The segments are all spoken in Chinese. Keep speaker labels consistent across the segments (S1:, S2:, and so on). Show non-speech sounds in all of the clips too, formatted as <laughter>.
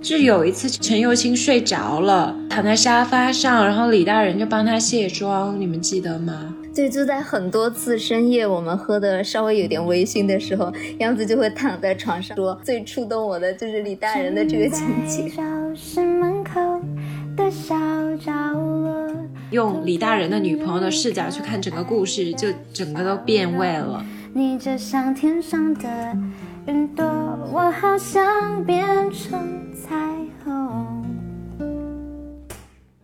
S1: 就是有一次陈幼卿睡着了，躺在沙发上，然后李大人就帮她卸妆，你们记得吗？
S2: 对，就在很多次深夜，我们喝的稍微有点微醺的时候，杨子就会躺在床上说，最触动我的就是李大人的这个情
S3: <laughs>
S2: 节。
S1: 用李大人的女朋友的视角去看整个故事，就整个都变味了。
S3: 你就像天上的云朵，我好想变成彩虹。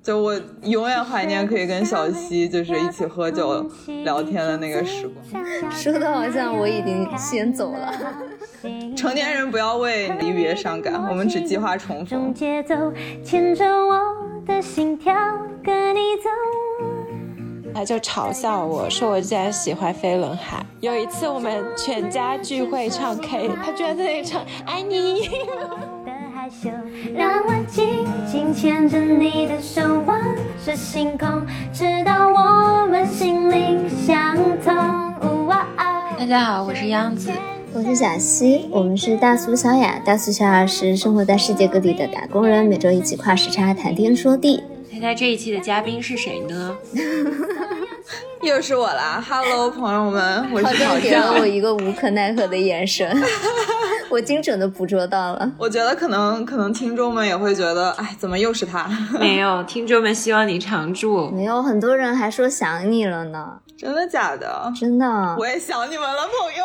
S4: 就我永远怀念可以跟小溪就是一起喝酒聊天的那个时光。
S2: 说的好像我已经先走
S3: <laughs>
S2: 了。
S4: 成年人不要为离别伤感，我们只计划重逢。
S3: 节奏牵着我的心跳，跟你走。
S1: 他哎就嘲笑我说我竟然喜欢飞轮海。有一次我们全家聚会唱 K，他居然在那里唱《爱 <laughs> 你》。
S3: 的害羞，让我紧紧牵着你的手，望着星空，直到我们心灵相通。呜哇啊！
S1: 大家好，我是央子。
S2: 我是小溪，我们是大苏小雅。大苏小雅是生活在世界各地的打工人，每周一起跨时差谈天说地。
S1: 猜猜这一期的嘉宾是谁呢？
S4: 又是我啦！Hello，朋友们，我
S2: 好
S4: 是
S2: 像
S4: 小
S2: 给了我
S4: 江。
S2: 一个无可奈何的眼神， <laughs> 我精准的捕捉到了。
S4: 我觉得可能可能听众们也会觉得，哎，怎么又是他？ <laughs>
S1: 没有，听众们希望你常驻。
S2: 没有，很多人还说想你了呢，
S4: 真的假的？
S2: 真的。啊
S4: 我也想你们了，朋友。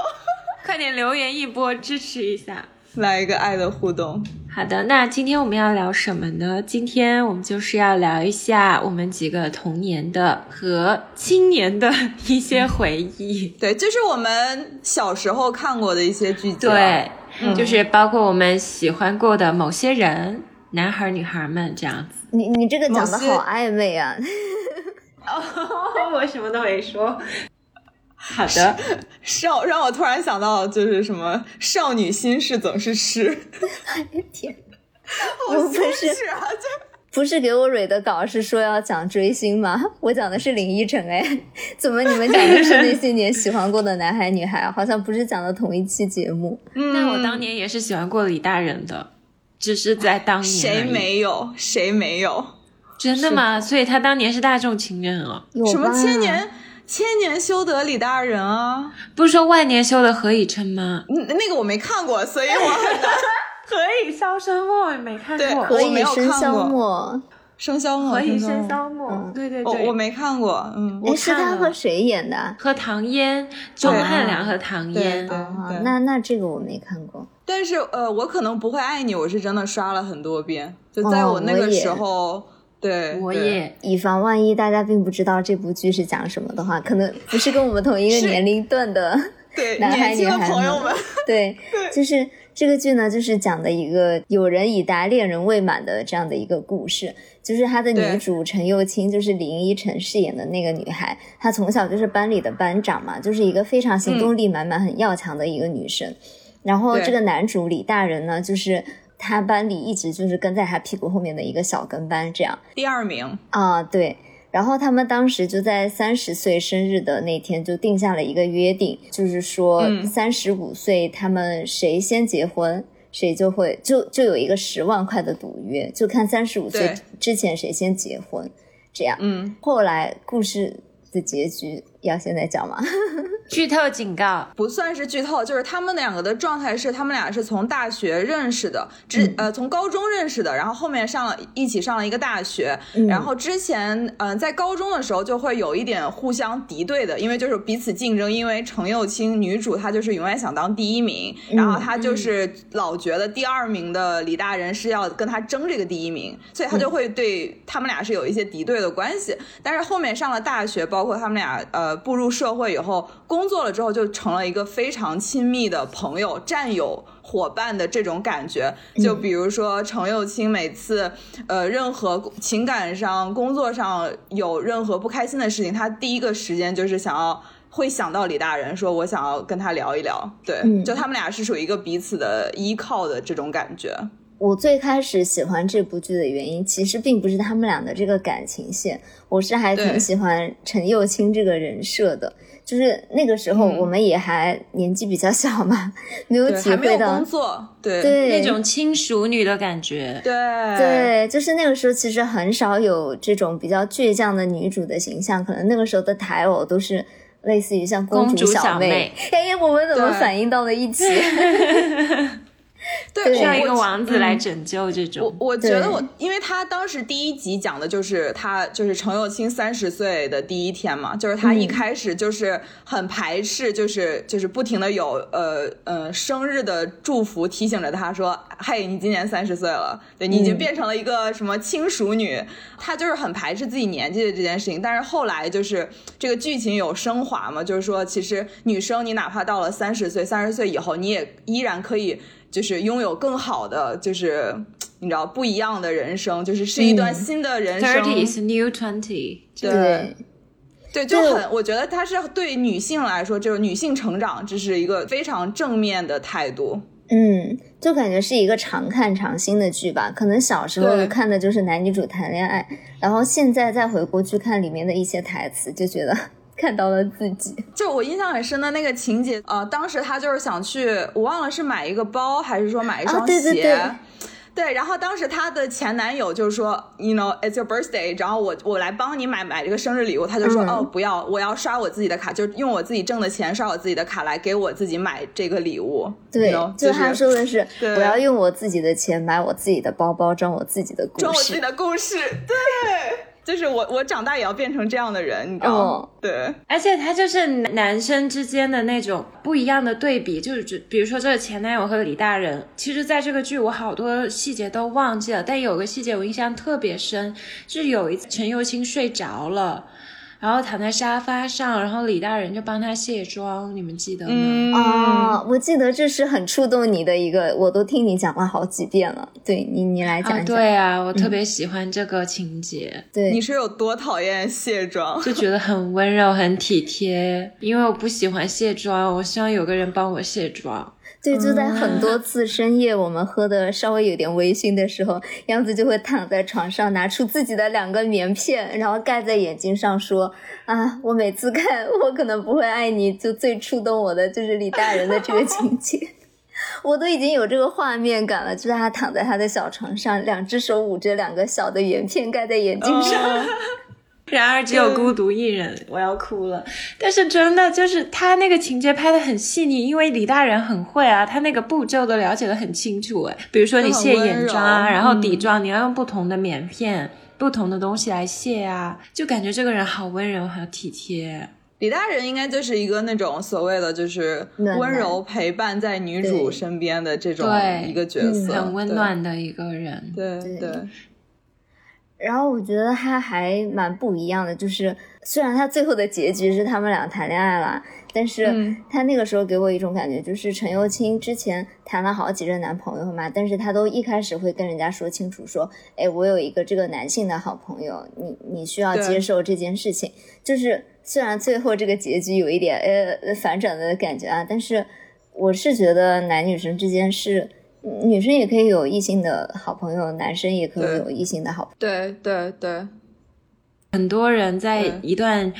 S1: 快点留言一波，支持一下。
S4: 来一个爱的互动。
S1: 好的，那今天我们要聊什么呢？今天我们就是要聊一下我们几个童年的和青年的一些回忆。
S4: 对，这是我们小时候看过的一些剧集。
S1: 对，，啊
S4: 嗯
S1: 就是包括我们喜欢过的某些人，男孩儿女孩儿们这样子。
S2: 你你这个讲的
S4: 某些
S2: 好暧昧啊！
S1: 哦，我什么都没说。好的，
S4: 少让我突然想到就是什么少女心事总是诗，
S2: <laughs> 天，
S4: 好
S2: 我不
S4: 羞
S2: 是
S4: 耻啊！就
S2: 不是给我蕊的稿是说要讲追星吗？ <laughs> 我讲的是林依晨哎， <laughs> 怎么你们讲的是那些年喜欢过的男孩女孩，好像不是讲的同一期节目？
S1: 那我当年也是喜欢过李大人的，只是在当年而
S4: 谁
S1: 已
S4: 没有谁没有
S1: 真的吗？所以他当年是大众情人哦，
S2: 有
S4: 什么
S2: 吧
S4: 千年千年修得李大人啊？
S1: 不是说万年修的何以琛吗？
S4: 嗯那个我没看过，所以
S2: <laughs>
S4: 我很难。
S1: 何以箫生默没看
S4: 对
S1: 过，
S2: 何
S4: 我没
S2: 以
S4: 有
S2: 笙
S4: 看过
S2: 箫默？
S4: 生肖吗？
S1: 何以
S4: 生
S1: 笙箫
S4: 肖吗
S1: 默，对对
S4: 我
S1: 对，
S4: 哦我没看过，嗯，
S1: 我
S2: 哎，是
S1: 看
S2: 他
S1: 了
S2: 和谁演的啊？
S1: 和唐嫣，钟汉良和唐
S4: 对
S1: 嫣
S4: 对，
S2: 啊
S4: 嗯对，
S2: 那那这个我没看过。
S4: 但是呃，我可能不会爱你，我是真的刷了很多遍，就在
S2: 哦
S4: 我那
S2: 我
S4: 个
S2: 也
S4: 时候，对，
S1: 我
S4: 对
S1: 也
S2: 以防万一大家并不知道这部剧是讲什么的话，可能不是跟我们同一个年龄段的。
S4: 对
S2: 男孩
S4: 年轻的
S2: 女孩
S4: 朋友
S2: 们
S4: 们， <laughs>
S2: 对，就是这个剧呢，就是讲的一个有人已达恋人未满的这样的一个故事。就是她的
S4: 对
S2: 女主陈幼卿，就是林依晨饰演的那个女孩，她从小就是班里的班长嘛，就是一个非常行动力满满、很要强的一个女生。然后
S4: 嗯对
S2: 这个男主李大人呢，就是他班里一直就是跟在他屁股后面的一个小跟班这样。
S4: 第二名，
S2: 啊，对。然后他们当时就在三十岁生日的那天就定下了一个约定，就是说
S4: 嗯
S2: 三十五岁他们谁先结婚，谁就会就就有一个十万块的赌约，就看三十五岁
S4: 对
S2: 之前谁先结婚，这样。
S4: 嗯，
S2: 后来故事的结局要现在讲吗？
S1: 剧透警告，
S4: 不算是剧透，就是他们两个的状态是，他们俩是从大学认识的，之、呃从高中认识的，然后后面上了一起上了一个大学，
S2: 嗯
S4: 然后之前嗯、呃在高中的时候就会有一点互相敌对的，因为就是彼此竞争，因为程又青女主她就是永远想当第一名，然后她就是老觉得第二名的李大人是要跟她争这个第一名，所以她就会对他们俩是有一些敌对的关系，但是后面上了大学，包括他们俩呃步入社会以后，工作了之后就成了一个非常亲密的朋友、战友、伙伴的这种感觉。
S2: 嗯
S4: 就比如说程又青每次呃任何情感上、工作上有任何不开心的事情，他第一个时间就是想要。会想到李大人，说我想要跟他聊一聊，对，
S2: 嗯
S4: 就他们俩是属于一个彼此的依靠的这种感觉，
S2: 我最开始喜欢这部剧的原因，其实并不是他们俩的这个感情线，我是还挺
S4: 对
S2: 喜欢陈幼卿这个人设的。就是那个时候，
S4: 嗯
S2: 我们也还年纪比较小嘛，没有
S4: 对，
S2: 体
S4: 还没
S2: 会
S4: 有
S2: 到
S4: 工，作，对
S2: 对
S1: 那种轻熟女的感觉。
S4: 对
S2: 对，就是那个时候其实很少有这种比较倔强的女主的形象，可能那个时候的台偶都是类似于像
S1: 公
S2: 主
S1: 主
S2: 小
S1: 小
S2: 妹
S1: 妹。
S2: <laughs> 哎，我们怎么
S4: 对
S2: 反应到了一起？
S4: <laughs> 对
S2: 对
S1: 需要一
S4: 我
S1: 个王子来
S4: 嗯
S1: 拯救这
S4: 我
S1: 种，
S4: 我觉
S2: 对
S4: 得我，因为他当时第一集讲的就是他就是程又青三十岁的第一天嘛，就是他
S2: 嗯
S4: 一开始就是很排斥，就是就是不停的有呃呃生日的祝福提醒着他说，嘿，你今年三十岁了，对你已经
S2: 嗯
S4: 变成了一个什么轻熟女，他就是很排斥自己年纪的这件事情。但是后来就是这个剧情有升华嘛，就是说其实女生你哪怕到了三十岁，三十岁以后你也依然可以就是拥有更好的，就是你知道不一样的人生，就是是一段
S2: 嗯
S4: 新的人生。
S1: Thirty is new twenty，
S4: 对对，就
S2: 对
S4: 很，我觉得它是对女性来说，就是女性成长，这是一个非常正面的态度。
S2: 嗯，就感觉是一个常看常新的剧吧。可能小时候
S4: 对
S2: 看的就是男女主谈恋爱，然后现在再回过去看里面的一些台词，就觉得 <laughs> 看到了自己。
S4: 就我印象很深的那个情节，呃，当时他就是想去，我忘了是买一个包还是说买一
S2: 啊
S4: 双鞋。
S2: 对对对
S4: 对然后当时她的前男友就说，you know it's your birthday，然后我我来帮你买买这个生日礼物，他就说、
S2: 嗯
S4: 哦不要，我要刷我自己的卡，就是用我自己挣的钱刷我自己的卡来给我自己买这个礼物。
S2: 对
S4: you know，
S2: 就是他说的是，
S4: 对
S2: 我要用我自己的钱买我自己的包包，装我自己的故
S4: 装我自己
S2: 事。
S4: 的故事，对，就是我我长大也要变成这样的人，你知道吗？
S2: 哦
S4: 对。
S1: 而且他就是男男生之间的那种不一样的对比，就是指比如说这个前男友和李大人，其实在这个剧我好多细节都忘记了，但有个细节我印象特别深，就是有一次陈幼卿睡着了，然后躺在沙发上，然后李大人就帮他卸妆，你们记得吗？
S4: 嗯
S2: 哦，我记得这是很触动你的一个，我都听你讲了好几遍了。对你，你来讲
S1: 啊，
S2: 一讲。
S1: 对啊，我特别喜欢这个情节，
S2: 对，
S4: 你是有多讨厌卸妆？
S1: 就觉得很温柔、很体贴。因为我不喜欢卸妆，我希望有个人帮我卸妆。
S2: 对，就在很多次深夜，我们喝的稍微有点微醺的时候，杨子就会躺在床上，拿出自己的两个棉片，然后盖在眼睛上，说：“啊，我每次看，我可能不会爱你。”就最触动我的就是李大人的这个情节， <laughs> 我都已经有这个画面感了。就是他躺在他的小床上，两只手捂着两个小的圆片盖在眼睛上。
S4: 嗯
S1: 然而只有孤独一人，我要哭了。但是真的就是他那个情节拍的很细腻，因为李大人很会啊，他那个步骤都了解的很清楚。哎，比如说你卸眼妆
S4: 就很温
S1: 啊，
S4: 柔嗯
S1: 然后底妆，你要用不同的棉片、不同的东西来卸啊，就感觉这个人好温柔，好体贴。
S4: 李大人应该就是一个那种所谓的就是
S2: 暖男
S4: 温柔陪伴在女主
S2: 对
S4: 身边的这种
S1: 对嗯
S4: 一个角色，
S1: 很温暖的一个人，
S4: 对。对
S2: 对
S4: 对，
S2: 然后我觉得他还蛮不一样的，就是虽然他最后的结局是他们俩谈恋爱了，但是
S4: 嗯
S2: 他那个时候给我一种感觉，就是陈幼卿之前谈了好几任男朋友嘛，但是他都一开始会跟人家说清楚，说，哎，我有一个这个男性的好朋友，你你需要
S4: 对
S2: 接受这件事情。就是虽然最后这个结局有一点呃呃反转的感觉啊，但是我是觉得男女生之间是。女生也可以有异性的好朋友，男生也可以
S4: 对
S2: 有异性的好朋友。
S4: 对对对
S1: 很多人在
S2: 嗯
S4: 对
S1: 一段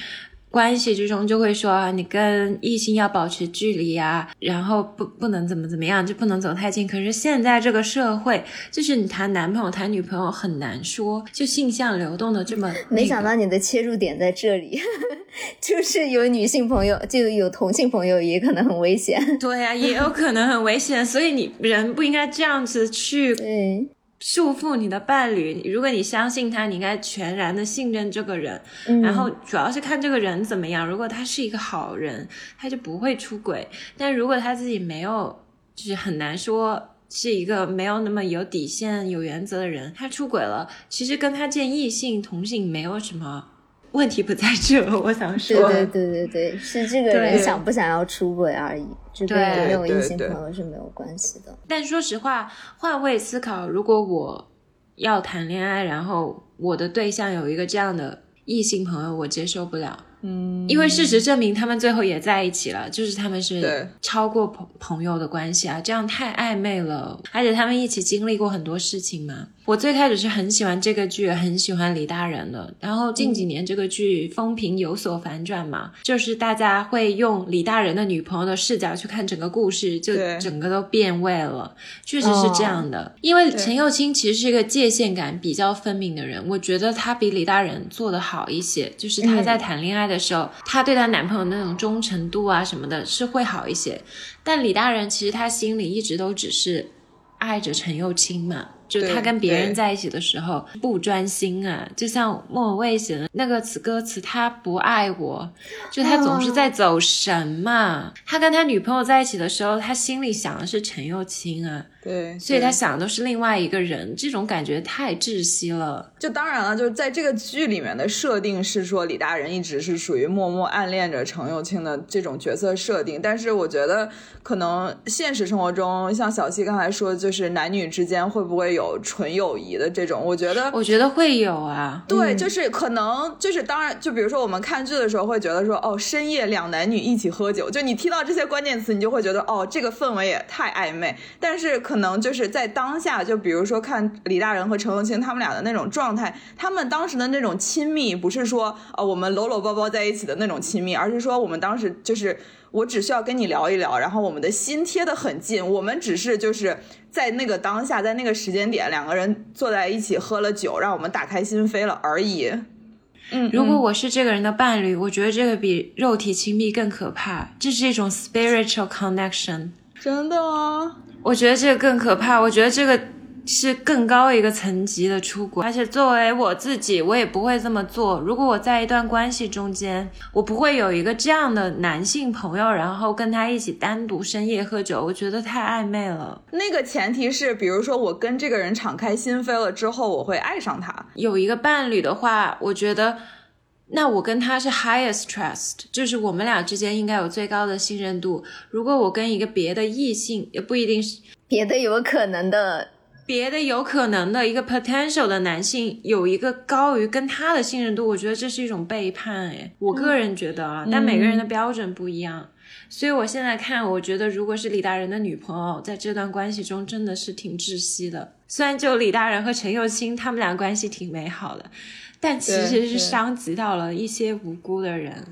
S1: 关系之中就会说啊，你跟异性要保持距离啊，然后不不能怎么怎么样，就不能走太近。可是现在这个社会，就是你谈男朋友、谈女朋友很难说，就性向流动的这么
S2: 没想
S1: 那个
S2: 到你的切入点在这里， <laughs> 就是有女性朋友，就有同性朋友，也可能很危险。
S1: 对呀、也有可能很危险，所以你人不应该这样子去
S2: 对，
S1: 束缚你的伴侣。如果你相信他，你应该全然的信任这个人，
S2: 嗯、
S1: 然后主要是看这个人怎么样。如果他是一个好人，他就不会出轨；但如果他自己没有，就是很难说是一个没有那么有底线、有原则的人，他出轨了，其实跟他见异性、同性没有什么问题，不在这。 <laughs> 我想
S2: 对
S1: 说，
S2: 对对对对，是这个人
S1: 对
S2: 想不想要出轨而已，这跟
S1: 对
S2: 有没有异
S4: 对
S2: 性
S4: 对
S2: 朋友是没有关系的。
S1: 但说实话，换位思考，如果我要谈恋爱，然后我的对象有一个这样的异性朋友，我接受不了。
S4: 嗯，
S1: 因为事实证明他们最后也在一起了，就是他们
S4: 对
S1: 是超过朋朋友的关系啊，这样太暧昧了。而且他们一起经历过很多事情嘛。我最开始是很喜欢这个剧，很喜欢李大人的。然后近几年这个剧风评有所反转嘛，就是大家会用李大人的女朋友的视角去看整个故事，就
S4: 对
S1: 整个都变味了。确实是这样的，因为陈幼卿其实是一个界限感比较分明的人，我觉得她比李大人做的好一些，就是
S4: 嗯
S1: 她在谈恋爱的时候，她对她男朋友那种忠诚度啊什么的，是会好一些。但李大人其实他心里一直都只是爱着陈幼卿嘛，就
S4: 对
S1: 他跟别
S4: 对
S1: 人在一起的时候不专心啊，就像莫文蔚写的那个词歌词，他不爱我，就他总是在
S4: 哦
S1: 走神嘛。他跟他女朋友在一起的时候，他心里想的是陈幼卿啊，
S4: 对，
S1: 所以
S4: 对
S1: 他想的都是另外一个人，这种感觉太窒息了。
S4: 就当然了，就是在这个剧里面的设定是说李大人一直是属于默默暗恋着程又青的这种角色设定，但是我觉得可能现实生活中，像小七刚才说，就是男女之间会不会有纯友谊的这种，我觉得
S1: 我觉得会有啊，
S4: 对，就是可能就是当然，就比如说我们看剧的时候会觉得说，哦，深夜两男女一起喝酒，就你听到这些关键词，你就会觉得哦，这个氛围也太暧昧。但是可能就是在当下，就比如说看李大人和陈永清他们俩的那种状态，他们当时的那种亲密，不是说呃我们搂搂抱抱在一起的那种亲密，而是说我们当时就是。我只需要跟你聊一聊，然后我们的心贴得很近，我们只是就是在那个当下，在那个时间点，两个人坐在一起喝了酒，让我们打开心扉了而已。嗯，
S1: 如果
S4: 嗯
S1: 我是这个人的伴侣，我觉得这个比肉体亲密更可怕，这是一种 spiritual connection。
S4: 真的啊，
S1: 我觉得这个更可怕，我觉得这个是更高一个层级的出轨，而且作为我自己，我也不会这么做。如果我在一段关系中间，我不会有一个这样的男性朋友，然后跟他一起单独深夜喝酒，我觉得太暧昧了。
S4: 那个前提是，比如说我跟这个人敞开心扉了之后，我会爱上他。
S1: 有一个伴侣的话，我觉得。那我跟他是 highest trust，就是我们俩之间应该有最高的信任度。如果我跟一个别的异性，也不一定是
S2: 别的有可能的，
S1: 别的有可能的一个 potential 的男性有一个高于跟他的信任度，我觉得这是一种背叛。哎，我个人觉得啊，但每个人的标准不一样，所以我现在看，我觉得如果是李大人的女朋友，在这段关系中真的是挺窒息的。虽然就李大人和陈幼卿他们俩关系挺美好的，但其
S4: 对
S1: 实
S4: 对
S1: 是伤及到了一些无辜的人。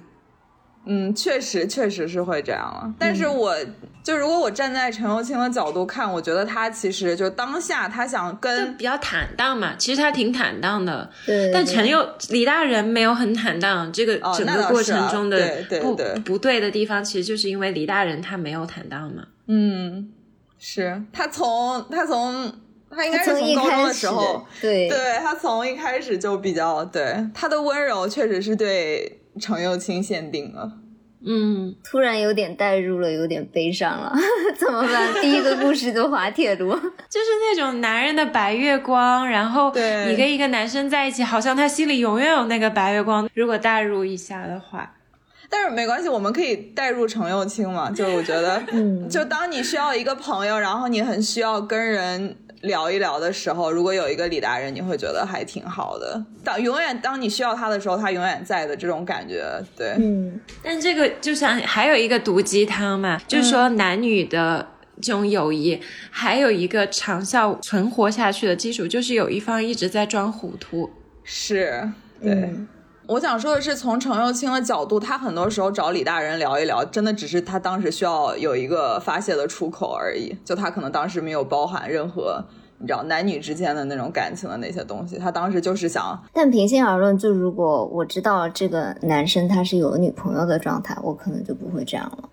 S4: 嗯，确实确实是会这样了。但
S2: 嗯
S4: 是我、就如果我站在陈幼卿的角度看，我觉得他其实就当下他想
S1: 就
S4: 跟
S1: 比较坦荡嘛，其实他挺坦荡的，
S2: 对
S1: 但
S2: 对
S1: 陈佑李大人没有很坦荡，这个
S4: 哦
S1: 整
S4: 那
S1: 个
S4: 倒
S1: 过
S4: 是啊
S1: 程中的
S4: 对对
S1: 不
S4: 对
S1: 不对的地方，其实就是因为李大人他没有坦荡嘛。
S4: 嗯，是他从他从他应该
S2: 他
S4: 是
S2: 从
S4: 从
S2: 一
S4: 高中
S2: 开
S4: 的时
S2: 始
S4: 候，，
S2: 对
S4: 对他从一开始就比较对他的温柔，确实是对程又青限定了。
S1: 嗯，
S2: 突然有点代入了，有点悲伤了， <laughs> 怎么办？第一个故事就滑铁卢，
S1: 就是那种男人的白月光，然后
S4: 对
S1: 你跟一个男生在一起，好像他心里永远有那个白月光。如果代入一下的话，
S4: 但是没关系，我们可以带入程又
S2: <laughs>
S4: 青嘛，就是我觉得，
S2: 嗯
S4: 就当你需要一个朋友，然后你很需要跟人聊一聊的时候，如果有一个李大人，你会觉得还挺好的。当永远当你需要他的时候，他永远在的这种感觉，对，
S2: 嗯，
S1: 但这个就像还有一个毒鸡汤嘛，
S4: 嗯
S1: 就是说男女的这种友谊，还有一个长效存活下去的基础，就是有一方一直在装糊涂。
S4: 是， <laughs> 对。
S2: 嗯
S4: 我想说的是，从程又青的角度，他很多时候找李大人聊一聊，真的只是他当时需要有一个发泄的出口而已。就他可能当时没有包含任何你知道男女之间的那种感情的那些东西，他当时就是想，
S2: 但平心而论，就如果我知道这个男生他是有女朋友的状态，我可能就不会这样了。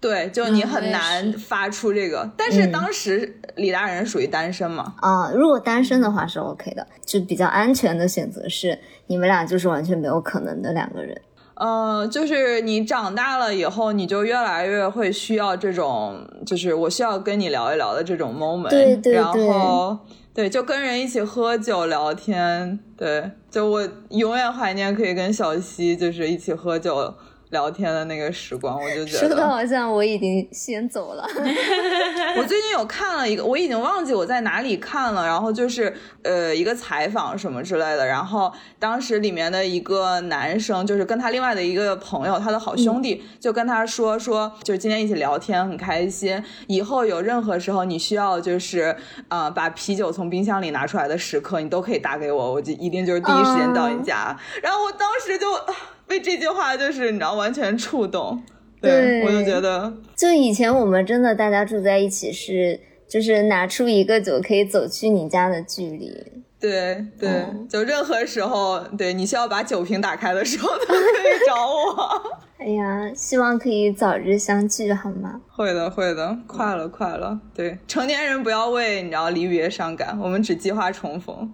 S4: 对，就你
S1: 嗯我
S4: 很
S1: 也
S4: 难
S1: 是
S4: 发出这个。但是
S2: 嗯
S4: 当时李大人属于单身嘛，
S2: 啊、如果单身的话是 OK 的，就比较安全的选择是你们俩就是完全没有可能的两个人。
S4: 呃，就是你长大了以后，你就越来越会需要这种，就是我需要跟你聊一聊的这种 moment，
S2: 对对
S4: 然
S2: 对
S4: 后对，就跟人一起喝酒聊天，对，就我永远怀念可以跟小溪就是一起喝酒。聊天的那个时光，我就觉
S2: 说的
S4: 得。
S2: 好像我已经先走了。 <laughs>
S4: <laughs> 我最近有看了一个，我已经忘记我在哪里看了，然后就是呃一个采访什么之类的，然后当时里面的一个男生就是跟他另外的一个朋友，他的好兄弟、就跟他说说，就是今天一起聊天很开心，以后有任何时候你需要就是呃把啤酒从冰箱里拿出来的时刻，你都可以打给我，我就一定就是第一时间到你家。然后我当时就 <laughs> 啊被这句话就是你知道完全触动，
S2: 对
S4: 我就觉得
S2: 就以前我们真的大家住在一起是，就是拿出一个酒可以走去你家的距离。
S4: 对对、
S2: 嗯
S4: 就任何时候，对你需要把酒瓶打开的时候都可以找 <laughs> 我。
S2: 哎呀，希望可以早日相聚，好吗？
S4: 会的，会的，快了，快了。对，成年人不要为你知道离别伤感，我们只计划重逢。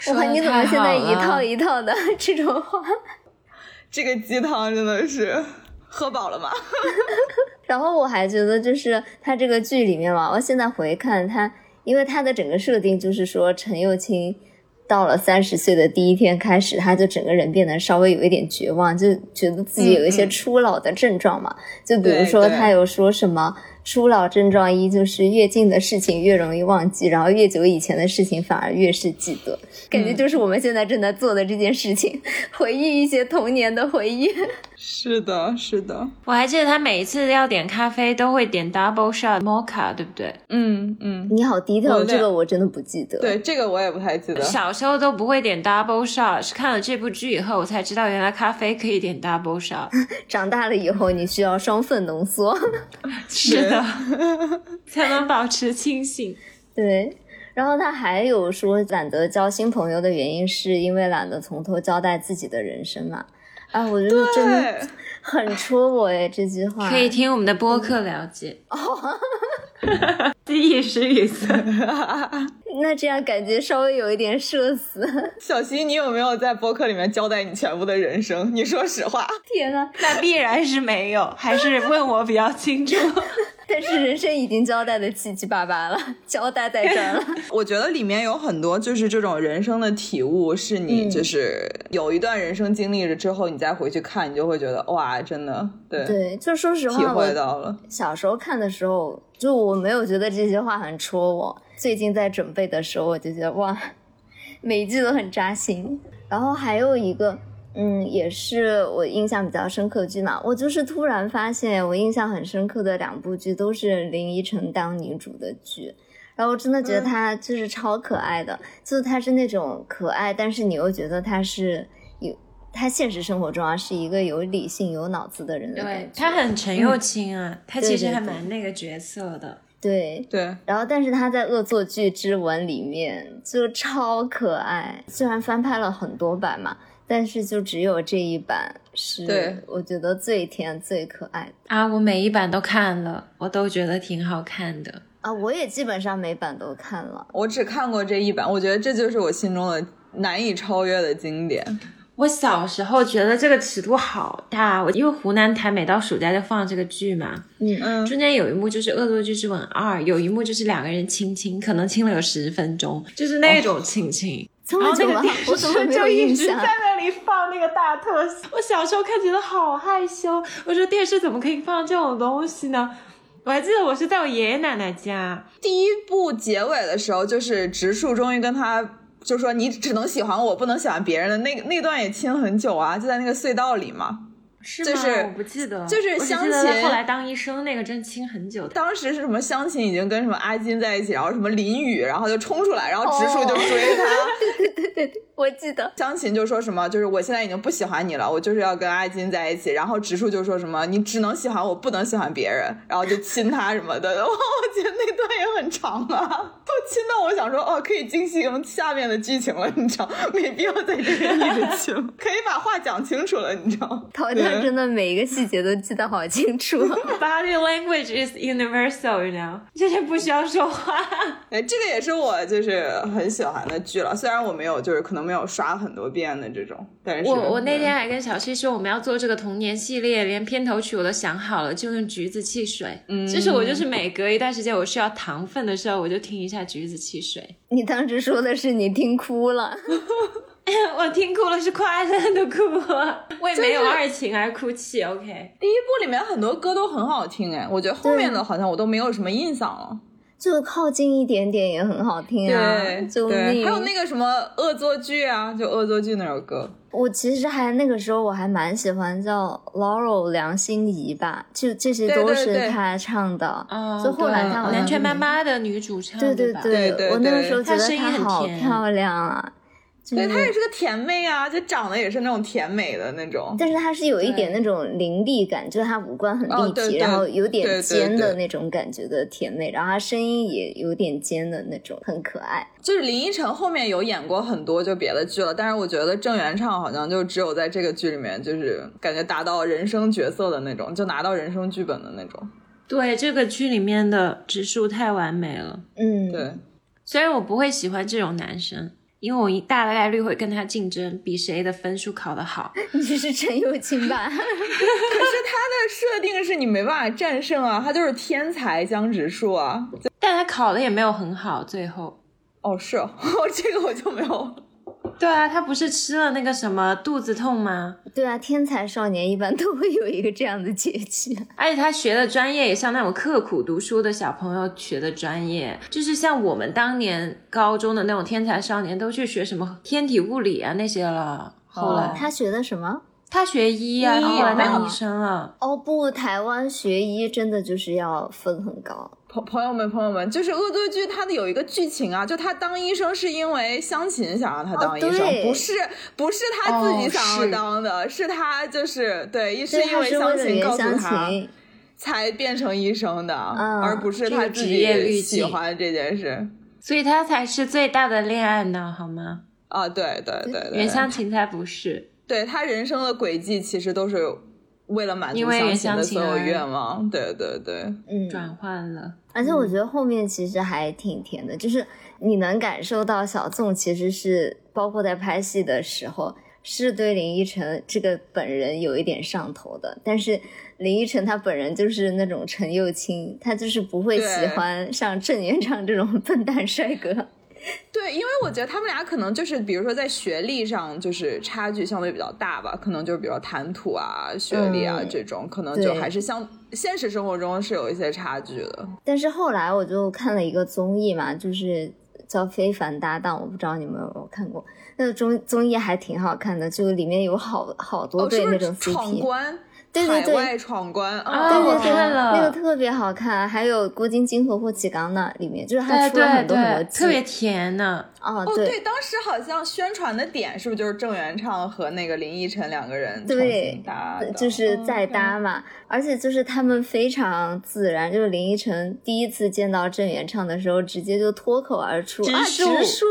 S1: 说
S2: 哇，
S1: 得
S2: 你怎么
S1: 太
S2: 现在
S1: 好
S2: 一
S1: 了
S2: 套一套的 <laughs> 这种话？
S4: 这个鸡汤真的是喝饱了吗？ <laughs>
S2: 然后我还觉得，就是他这个剧里面嘛，我现在回看他，因为他的整个设定就是说，陈又青到了三十岁的第一天开始，他就整个人变得稍微有一点绝望，就觉得自己有一些
S4: 嗯嗯
S2: 初老的症状嘛。就比如
S4: 对
S2: 说，
S4: 对
S2: 他有说什么初老症状一就是越近的事情越容易忘记，然后越久以前的事情反而越是记得，感觉
S4: 嗯
S2: 就是我们现在正在做的这件事情， <laughs> 回忆一些童年的回忆。
S4: 是的，是的，
S1: 我还记得他每一次要点咖啡都会点 double shot mocha，对不对？
S4: 嗯嗯，
S2: 你好低调，
S4: 我有
S2: 这
S4: 点
S2: 个我真的不记得。
S4: 对，这个我也不太记得。
S1: 小时候都不会点 double shot，是看了这部剧以后，我才知道原来咖啡可以点 double shot。
S2: 长大了以后，你需要双份浓缩。
S1: 是的， <laughs> 才能保持清醒。
S2: 对，然后他还有说，懒得交新朋友的原因是因为懒得从头交代自己的人生嘛。啊，我觉得真的
S4: 对，
S2: 很戳我哎，这句话。
S1: 可以听我们的播客了解。哦， <laughs> 记忆是语速。
S2: 那这样感觉稍微有一点社死。 <laughs>
S4: 小溪，你有没有在播客里面交代你全部的人生？你说实话，
S2: 天呐，
S1: 那必然是没有，还是问我比较清楚。
S2: 但是人生已经交代的七七八八了，交代在这儿了。 <laughs>
S4: 我觉得里面有很多就是这种人生的体悟，是你
S2: 嗯
S4: 就是有一段人生经历了之后，你再回去看，你就会觉得哇，真的对
S2: 对，就说实
S4: 体
S2: 话，我
S4: 会到了。
S2: 小时候看的时候，就我没有觉得这些话很戳我。最近在准备的时候，我就觉得哇， <laughs> 每一句都很扎心。然后还有一个，嗯，也是我印象比较深刻的剧嘛。我就是突然发现，我印象很深刻的两部剧都是林依晨当女主的剧。然后我真的觉
S1: 嗯
S2: 得她就是超可爱的，就是她是那种可爱，但是你又觉得她是有，她现实生活中啊是一个有理性、有脑子的人的感
S1: 对
S2: 觉。
S1: 他很陈又青啊，他其实
S2: 对对
S1: 还
S2: 对
S1: 蛮那个角色的。
S2: 对，
S4: 对，
S2: 然后，但是他在《恶作剧之吻》里面就超可爱，虽然翻拍了很多版嘛，但是就只有这一版
S4: 对
S2: 是我觉得最甜最可爱的
S1: 啊，我每一版都看了，我都觉得挺好看的。
S2: 啊！我也基本上每版都看了，
S4: 我只看过这一版，我觉得这就是我心中的难以超越的经典。
S1: 我小时候觉得这个尺度好大，我因为湖南台每到暑假就放这个剧嘛，
S2: 嗯，
S4: 嗯，
S1: 中间有一幕就是《恶作剧之吻二》，有一幕就是两个人亲亲，可能亲了有十分钟，就是那种亲亲。
S2: 这
S1: 然
S2: 么
S1: 后那
S2: 久
S1: 个
S2: 了
S1: 电，
S2: 哦我怎么
S1: 视
S2: 没有
S1: 就一
S2: 印
S1: 直
S2: 象
S1: 在？那里放那个大特写，我小时候看觉得好害羞，我说电视怎么可以放这种东西呢？我还记得我是在我爷爷奶奶家，
S4: 第一部结尾的时候，就是植树终于跟他。就说你只能喜欢我，不能喜欢别人的那那段也亲很久啊，就在那个隧道里嘛。
S1: 是
S4: 吗就是
S1: 我不记得，
S4: 就是
S1: 我只
S4: 湘
S1: 记得他
S4: 琴
S1: 后来当医生那个真亲很久。
S4: 当时是什么湘琴已经跟什么阿金在一起，然后什么淋雨，然后就冲出来，然后植树就追他。
S2: 我记得
S4: 湘琴就说什么，就是我现在已经不喜欢你了，我就是要跟阿金在一起。然后植树就说什么，你只能喜欢我，不能喜欢别人，然后就亲他什么的。 <laughs> 然后我觉得那段也很长啊，我亲到我想说，哦，可以进行下面的剧情了，你知道，没必要在这边一直亲，可以把话讲清楚了，你知道。
S2: 桃
S4: 对
S2: 酱真的每一个细节都记得好清楚。
S1: Body language is universal，you know，就是不需要说
S2: <laughs>
S1: 话。
S4: 哎，这个也是我就是很喜欢的剧了，虽然我没有就是可能没有刷很多遍的这种，但是
S1: 我我那
S4: 对
S1: 天还跟小七说我们要做这个童年系列，连片头曲我都想好了，就用橘子汽水。嗯，就是我就是每隔一段时间我需要糖分的时候，我就听一下橘子汽水。
S2: 你当时说的是你听哭了，
S1: <laughs> 我听哭了是快乐的 <laughs> 哭，为没有爱情而哭泣。OK，
S4: 第一部里面很多歌都很好听，哎，我觉得后面的好像我都没有什么印象了。
S2: 就靠近一点点也很好听啊！
S4: 对，
S2: 救
S4: 对
S2: 命！
S4: 还有那个什么恶作剧啊，就恶作剧那首歌。
S2: 我其实还那个时候我还蛮喜欢叫 Laurel 梁心怡吧，就这些
S4: 对对
S2: 都
S4: 对
S2: 是她唱的。
S1: 哦，
S2: 所以后来她好像
S1: 南拳
S2: 没
S1: 妈妈的女主唱
S2: 对
S1: 对
S2: 对
S1: 吧
S4: 对对
S2: 我那个
S4: 对
S2: 时候觉
S1: 她
S2: 得
S1: 声音
S2: 她
S1: 很
S2: 好
S1: 甜
S2: 漂亮啊！就
S4: 对，她也
S2: 是，
S4: 是个甜妹啊，就长得也是那种甜美的那种。
S2: 但是她是有一
S1: 对
S2: 点那种凌厉感，就是她五官很
S4: 哦
S2: 立体，
S4: 对对
S2: 然后有
S4: 对对
S2: 点尖
S4: 对
S2: 的那种感觉的甜妹，然后她声音也有点尖的那种，很可爱。
S4: 就是林依晨后面有演过很多就别的剧了，但是我觉得郑元畅好像就只有在这个剧里面，就是感觉达到人生角色的那种，就拿到人生剧本的那种。
S1: 对这个剧里面的植树太完美了，
S2: 嗯，
S4: 对，
S1: 虽然我不会喜欢这种男生，因为我一大概率会跟他竞争，比谁的分数考得好。
S2: <laughs> 你是陈友清吧？ <laughs>
S4: 可是他的设定是你没办法战胜啊，他就是天才江直树啊。
S1: 但他考的也没有很好，最后。
S4: 哦，是哦， <laughs> 这个我就没有。
S1: 对啊，他不是吃了那个什么肚子痛吗？
S2: 对啊，天才少年一般都会有一个这样的结局。
S1: 而且他学的专业也像那种刻苦读书的小朋友学的专业，就是像我们当年高中的那种天才少年，都去学什么天体物理啊那些了。后来、
S4: 哦
S2: 他学的什么？
S1: 他学医啊，
S4: 医哦
S1: 他后来
S4: 没
S1: 当
S4: 有
S1: 医生了。
S2: 哦不，台湾学医真的就是要分很高。
S4: 朋朋友们，朋友们，就是恶作剧，它的有一个剧情啊，就他当医生是因为湘琴想让他当医生，
S2: 哦对
S4: 不是不是他自己
S1: 啊哦
S4: 想要
S1: 是
S4: 当的，是他就是对，是
S2: 对，
S4: 因
S2: 他
S4: 为
S2: 是为
S4: 湘
S2: 了
S4: 琴
S2: 袁
S4: 告诉
S2: 湘
S4: 他
S2: 琴。
S4: 才变成医生的，
S2: 嗯
S4: 而不是
S1: 这个
S4: 他自
S1: 职业滤
S4: 己喜
S1: 镜
S4: 欢这件事。
S1: 所以他才是最大的恋爱脑，好吗？
S4: 啊，对对对对，
S1: 袁湘琴才不是。
S4: 对他人生的轨迹其实都是为了满足
S1: 因为
S4: 湘琴
S1: 湘
S4: 的
S1: 琴
S4: 所有
S1: 而
S4: 愿望。对对对，
S2: 嗯，
S1: 转换了，
S2: 而且我觉得后面其实还挺甜的，就是你能感受到小纵其实是包括在拍戏的时候。是对林依晨这个本人有一点上头的，但是林依晨她本人就是那种陈幼卿，她就是不会喜
S4: 对
S2: 欢像郑元畅这种 <laughs> 笨蛋帅哥。
S4: 对，因为我觉得他们俩可能就是，比如说在学历上就是差距相对比较大吧，可能就是比如说谈吐啊、学历啊、
S2: 嗯
S4: 这种，可能就
S2: 对
S4: 还是相现实生活中是有一些差距的。
S2: 但是后来我就看了一个综艺嘛，就是叫《非凡搭档》，我不知道你们有没有看过。那个综综艺还挺好看的，就里面有好好多
S4: 哦，是
S2: 对那
S4: 不是
S2: 种
S4: 闯
S2: CP，、
S4: 关？
S2: 对对对
S4: 海外闯关
S1: 啊
S4: 啊！
S2: 对对
S1: 我
S2: 对，
S1: 看了
S2: 那个特别好看。还有郭晶晶和霍启刚呢，里面就是他
S1: 对
S2: 出了
S1: 对
S2: 很多很多
S1: 哎对，
S2: 集
S1: 特别甜呢、
S2: 哦，
S4: 哦，
S2: 对，
S4: 当时好像宣传的点是不是就是郑元畅和那个林依晨两个人重
S2: 对
S4: 新搭的？
S2: 就是
S1: 哦
S2: 再搭嘛，而且就是他们非常自然，就是林依晨第一次见到郑元畅的时候，直接就脱口而出
S1: 植
S2: 啊，
S1: 树
S2: 植树，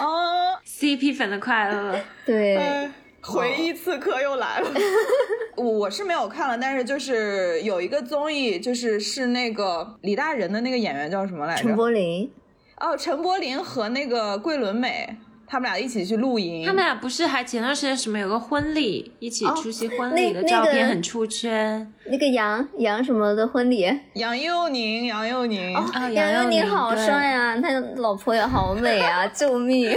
S4: 哦，
S1: c p 粉的快乐。
S2: 对，
S4: 哎回忆刺客又来了， <laughs> 我是没有看了，但是就是有一个综艺，就是是那个李大仁的那个演员叫什么来
S2: 陈
S4: 着？
S2: 柏霖，
S4: 哦，陈柏霖和那个桂纶镁，他们俩一起去露营。
S1: 他们俩不是还前段时间什么有个婚礼，一起
S2: 哦
S1: 出席婚礼
S2: 那
S1: 的
S2: 那
S1: 照片
S2: 个
S1: 很出圈。
S2: 那个杨杨什么的婚礼，
S4: 杨佑宁，杨佑宁，
S2: 哦
S1: 啊，杨佑
S2: 杨佑
S1: 宁
S2: 宁好
S1: 对
S2: 帅啊，他老婆也好美啊，救命！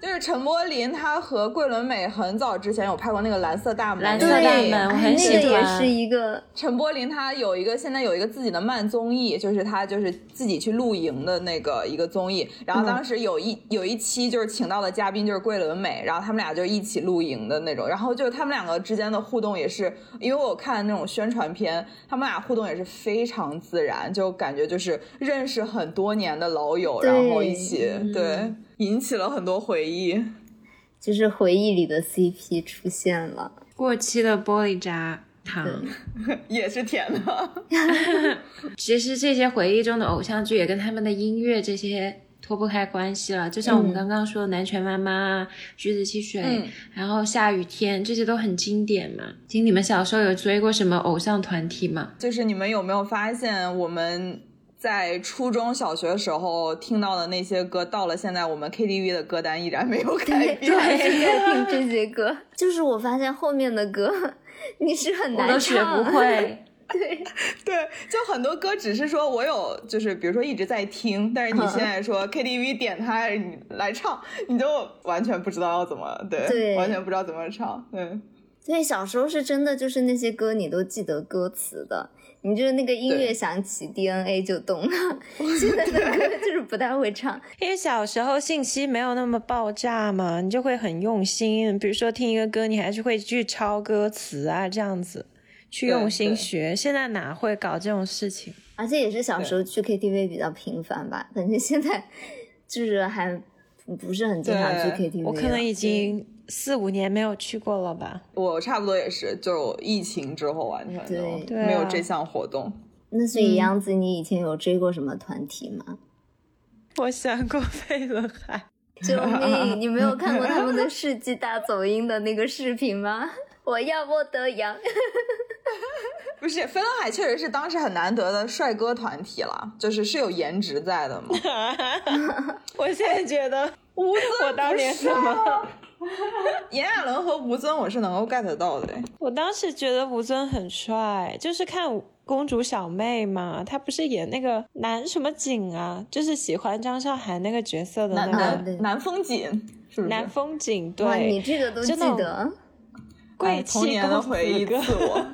S4: 就是陈柏霖，他和桂纶镁很早之前有拍过那个《蓝色大门》。
S1: 蓝色
S2: 对，
S1: 大
S4: 对
S1: 门我
S2: 哎
S1: 很喜
S2: 那个也
S1: 欢
S2: 是一个，
S4: 陈柏霖他有一个现在有一个自己的慢综艺，就是他就是自己去露营的那个一个综艺。然后当时有一、有一期就是请到的嘉宾就是桂纶镁，然后他们俩就一起露营的那种。然后就是他们两个之间的互动也是，因为我看那种宣传片，他们俩互动也是非常自然，就感觉就是认识很多年的老友，
S2: 对
S4: 然后一起对引起了很多回忆。
S2: 就是回忆里的 CP 出现了。
S1: 过期的玻璃渣糖。
S4: 也是甜的，
S1: 其实这些回忆中的偶像剧也跟他们的音乐这些脱不开关系了。就像我们
S2: 嗯
S1: 刚刚说的《南拳妈妈》《橘子汽水》
S4: 嗯
S1: 然后《下雨天》，这些都很经典嘛。请你们小时候有追过什么偶像团体吗？
S4: 就是你们有没有发现，我们在初中小学时候听到的那些歌，到了现在我们 KTV 的歌单依然没有改变。
S2: 还是在 <laughs> 听这些歌，就是我发现后面的歌，你是很
S1: 我
S2: 难
S1: 都学
S2: 唱，啊
S1: 不会。
S2: 对，
S4: <laughs> 对，就很多歌只是说我有，就是比如说一直在听，但是你
S2: 嗯
S4: 现在说 KTV 点它你来唱，你就完全不知道要怎么，对，
S2: 对
S4: 完全不知道怎么唱，对。
S2: 所以小时候是真的就是那些歌你都记得歌词的，你就是那个音乐
S4: 对
S2: 响起 DNA 就动了。 <laughs> 现在的歌就是不太会唱，
S1: 因为小时候信息没有那么爆炸嘛，你就会很用心。比如说听一个歌，你还是会去抄歌词啊，这样子去
S4: 对
S1: 用心
S4: 对
S1: 学。现在哪会搞这种事情？
S2: 而且也是小时候去 KTV 比较频繁吧，感觉现在就是还不是很经常去
S4: 对
S2: KTV 了。
S1: 我可能已经四五年没有去过了吧。
S4: 我差不多也是，就疫情之后完全就
S2: 对
S1: 对啊
S4: 没有这项活动。
S2: 那所以杨子，你以前有追过什么团体 <laughs> 吗？
S1: 我想过飞轮海，
S2: 救命！你没有看过他们的世纪大走音的那个视频吗？ <laughs> 我要我的羊，
S4: 不是，飞轮海确实是当时很难得的帅哥团体了，就是是有颜值在的嘛。
S1: <laughs> 我现在觉得
S4: 吴
S1: 我当年怎么？
S4: <laughs> 炎亚纶和吴尊我是能够 get 到的，哎
S1: 我当时觉得吴尊很帅，就是看《公主小妹》嘛，他不是演那个南什么景啊，就是喜欢张韶涵那个角色的
S4: 南
S1: 那
S2: 啊
S1: 个
S2: 对
S4: 南南风瑾是哎不是？
S1: 南风景，
S2: <laughs> 哇，你
S1: 对，
S2: 这个都记
S1: 真的
S2: 得。
S1: 贵
S4: 哎童
S1: 气
S4: 年的
S1: 公子
S4: 回忆
S1: 哥。
S4: 自
S1: <laughs>
S4: 我。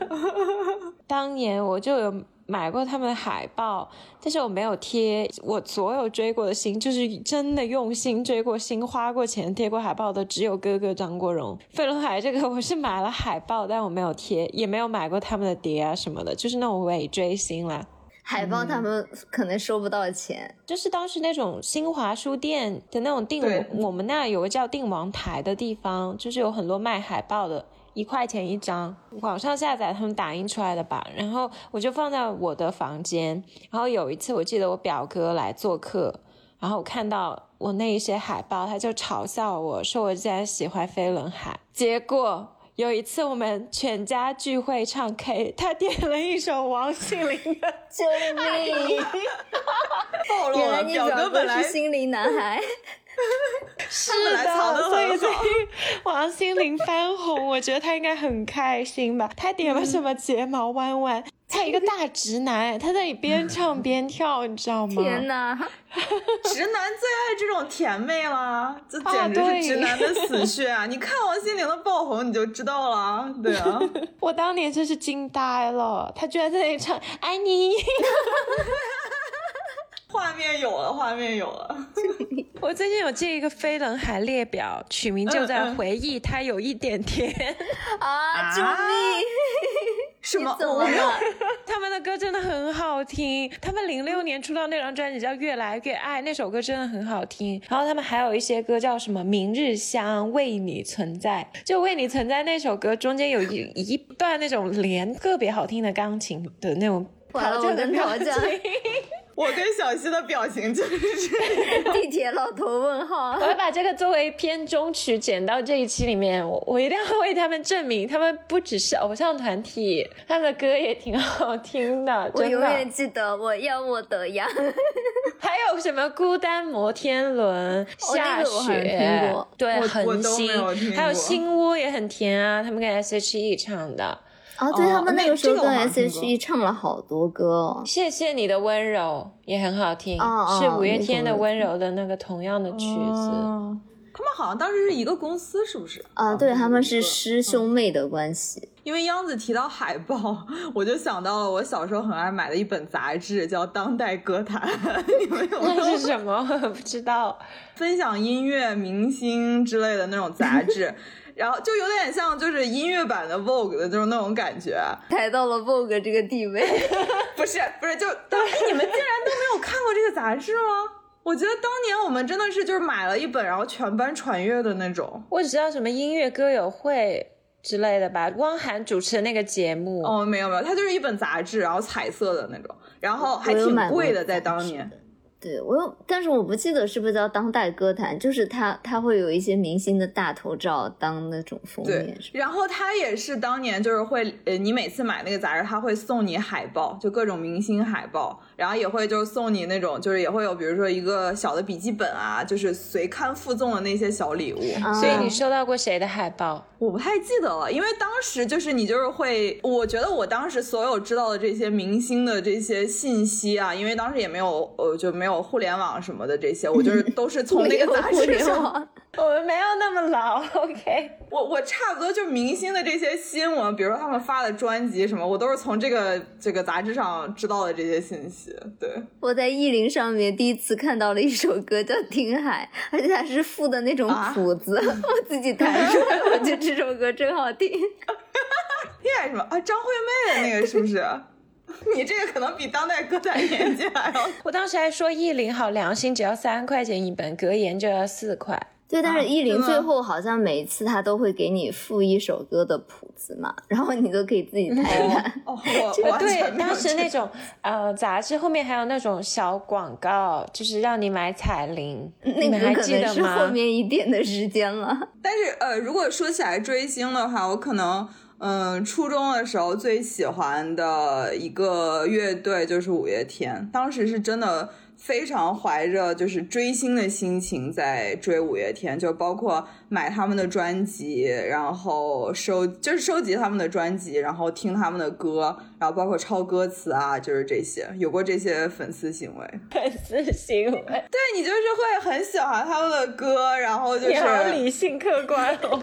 S1: 当年我就有买过他们的海报，但是我没有贴。我所有追过的星，就是真的用心追过星、花过钱贴过海报的，只有哥哥张国荣。飞轮海这个我是买了海报，但我没有贴，也没有买过他们的碟啊什么的，就是那种伪追星啦。
S2: 海报他们可能收不到 <laughs> 钱，
S1: 就是当时那种新华书店的那种定
S4: 对，
S1: 我们那儿有个叫定王台的地方，就是有很多卖海报的，一块钱一张，网上下载他们打印出来的吧。然后我就放在我的房间。然后有一次我记得我表哥来做客，然后我看到我那一些海报，他就嘲笑我说我竟然喜欢飞轮海。结果。有一次我们全家聚会唱 K，他点了一首王心凌的
S2: 救 <laughs> 命！
S4: 暴露
S2: 原来
S4: 了，
S2: 你
S4: 表
S2: 表
S4: 哥本来
S2: 是心灵男孩，
S1: 是
S4: 本来藏得
S1: 的，
S4: 很
S1: 所以
S4: 好
S1: 所以王心凌翻红，我觉得她应该很开心吧。她点了什么睫毛弯弯？他一个大直男，他在那里边唱边跳，你知道吗？
S2: <laughs> 天哪！
S4: 直男最爱这种甜妹
S1: <laughs>
S4: 啦，这简直
S1: 啊对
S4: 是直男的死穴啊！你看王心凌的爆红你就知道了啊，
S1: <laughs>
S4: 对啊，
S1: 我当年真是惊呆了，他居然在那里唱《爱你》，
S4: 画面有了，画面有了，
S1: <laughs> 我最近有记一个飞轮海列表，取名就在回忆，它有一点甜。
S2: 啊！救
S4: 啊
S2: 命！
S4: 什么
S2: 你？怎么
S4: 我没有
S2: 了？
S1: 他们的歌真的很好听，他们零六年出道那张专辑叫《越来越爱》，那首歌真的很好听。然后他们还有一些歌叫什么《明日香》《为你存在》，就《为你存在》那首歌中间有一一段那种连特别好听的钢琴的那种。
S2: 完了
S1: 调教的
S2: 我跟
S1: 表
S2: 调教
S1: 情
S4: <laughs> 我跟小溪的表情就是这样。
S2: <laughs> 地铁老头问号
S1: 我。会把这个作为片中曲剪到这一期里面。我我一定要为他们证明，他们不只是偶像团体，他们的歌也挺好听的。
S2: 我
S1: 真的
S2: 永远记得我要我的 <laughs> 羊，
S1: 还有什么《孤单摩天轮》
S2: 哦那
S1: 下
S2: 个我好像
S1: 雪，
S2: 听过
S1: 对，
S4: 我我
S1: 恒
S4: 都没
S1: 星
S4: 有听，过
S1: 还有心窝也很甜啊，他们跟 S.H.E 唱的。
S2: 哦，对
S4: 哦
S2: 他们
S4: 那
S2: 那个时
S4: 这
S2: 候
S4: 个
S2: 跟
S4: 我好像听过
S2: S.H.E 唱了好多歌哦。
S1: 谢谢你的温柔也很好听，
S2: 哦哦
S1: 是五月天的温柔的那个同样的曲子。
S4: 嗯他们好像当时是一个公司，是不是？
S2: 啊，对，他们是
S4: 一个
S2: 师兄妹的关系。
S4: 因为央子提到海报， <laughs> 我就想到了我小时候很爱买的一本杂志，叫《当代歌坛》。 <laughs> 你们有没
S1: <laughs>
S4: 有
S1: 那是什么？我不知道。
S4: 分享音乐、明星之类的那种杂 <laughs> 志，然后就有点像就是音乐版的 Vogue 的，就是那种感觉。
S2: 抬到了 Vogue 这个地位， <laughs>
S4: 不是不是，就当哎，你们竟然都没有看过这个杂志吗？我觉得当年我们真的是就是买了一本，然后全班传阅的那种。
S1: 我只知道什么音乐歌友会之类的吧，汪涵主持的那个节目。
S4: 哦，没有没有，它就是一本杂志，然后彩色的那种，然后还
S2: 我有
S4: 挺
S2: 买过
S4: 贵的，在
S2: 杂
S4: 当
S2: 志
S4: 年。
S2: 对我有，但是我不记得是不是叫当代歌坛，就是他他会有一些明星的大头照当那种封
S4: 对
S2: 面，是吧，
S4: 然后他也是当年就是会，呃，你每次买那个杂志，他会送你海报，就各种明星海报，然后也会就是送你那种，就是也会有，比如说一个小的笔记本啊，就是随刊附赠的那些小礼物。
S2: 啊
S1: 所以你收到过谁的海报？ <laughs>
S4: 我不太记得了，因为当时就是你就是会，我觉得我当时所有知道的这些明星的这些信息啊，因为当时也没有呃就没有互联网什么的这些，我就是都是从那
S2: <laughs> 没有
S4: 个杂
S2: 互
S4: 志
S2: 联
S4: 上
S2: 网
S1: 我们没有那么老，OK。
S4: 我我差不多就是明星的这些新闻，比如说他们发的专辑什么，我都是从这个这个杂志上知道的这些信息。对，
S2: 我在意林上面第一次看到了一首歌叫《听海》，而且它是附的那种
S4: 啊
S2: 谱子， <laughs> 我自己弹出来，我觉得这首歌真好听。
S4: 恋爱什么啊，张惠妹的那个是不是？ <laughs> 你这个可能比当代歌坛年纪
S1: <laughs>
S4: 还要。
S1: 我当时还说意林好良心，只要三块钱一本，格言就要四块。
S2: 对，但是
S4: 啊
S2: 依
S4: 是
S2: 林
S4: 吗
S2: 最后好像每一次他都会给你附一首歌的谱子嘛， <laughs> 然后你都可以自
S4: <laughs>
S2: 己弹一弹。
S4: 哦，我完全
S1: 呃对，
S4: 没有
S1: 当时
S4: 这
S1: 那种呃杂志后面还有那种小广告，就是让你买彩铃，你
S2: 那
S1: 们
S2: 个
S1: 还
S2: 可
S1: 记
S2: 能
S1: 得
S2: 是后
S1: 吗？
S2: 面一点的时间了。 <laughs>
S4: 但是呃，如果说起来追星的话，我可能嗯、初中的时候最喜欢的一个乐队就是五月天，当时是真的非常怀着就是追星的心情在追五月天，就包括买他们的专辑，然后收就是收集他们的专辑，然后听他们的歌，然后包括抄歌词啊，就是这些，有过这些粉丝行为。
S1: 粉丝行为，
S4: 对你就是会很喜欢他们的歌，然后就是
S1: 你好理性客观哦。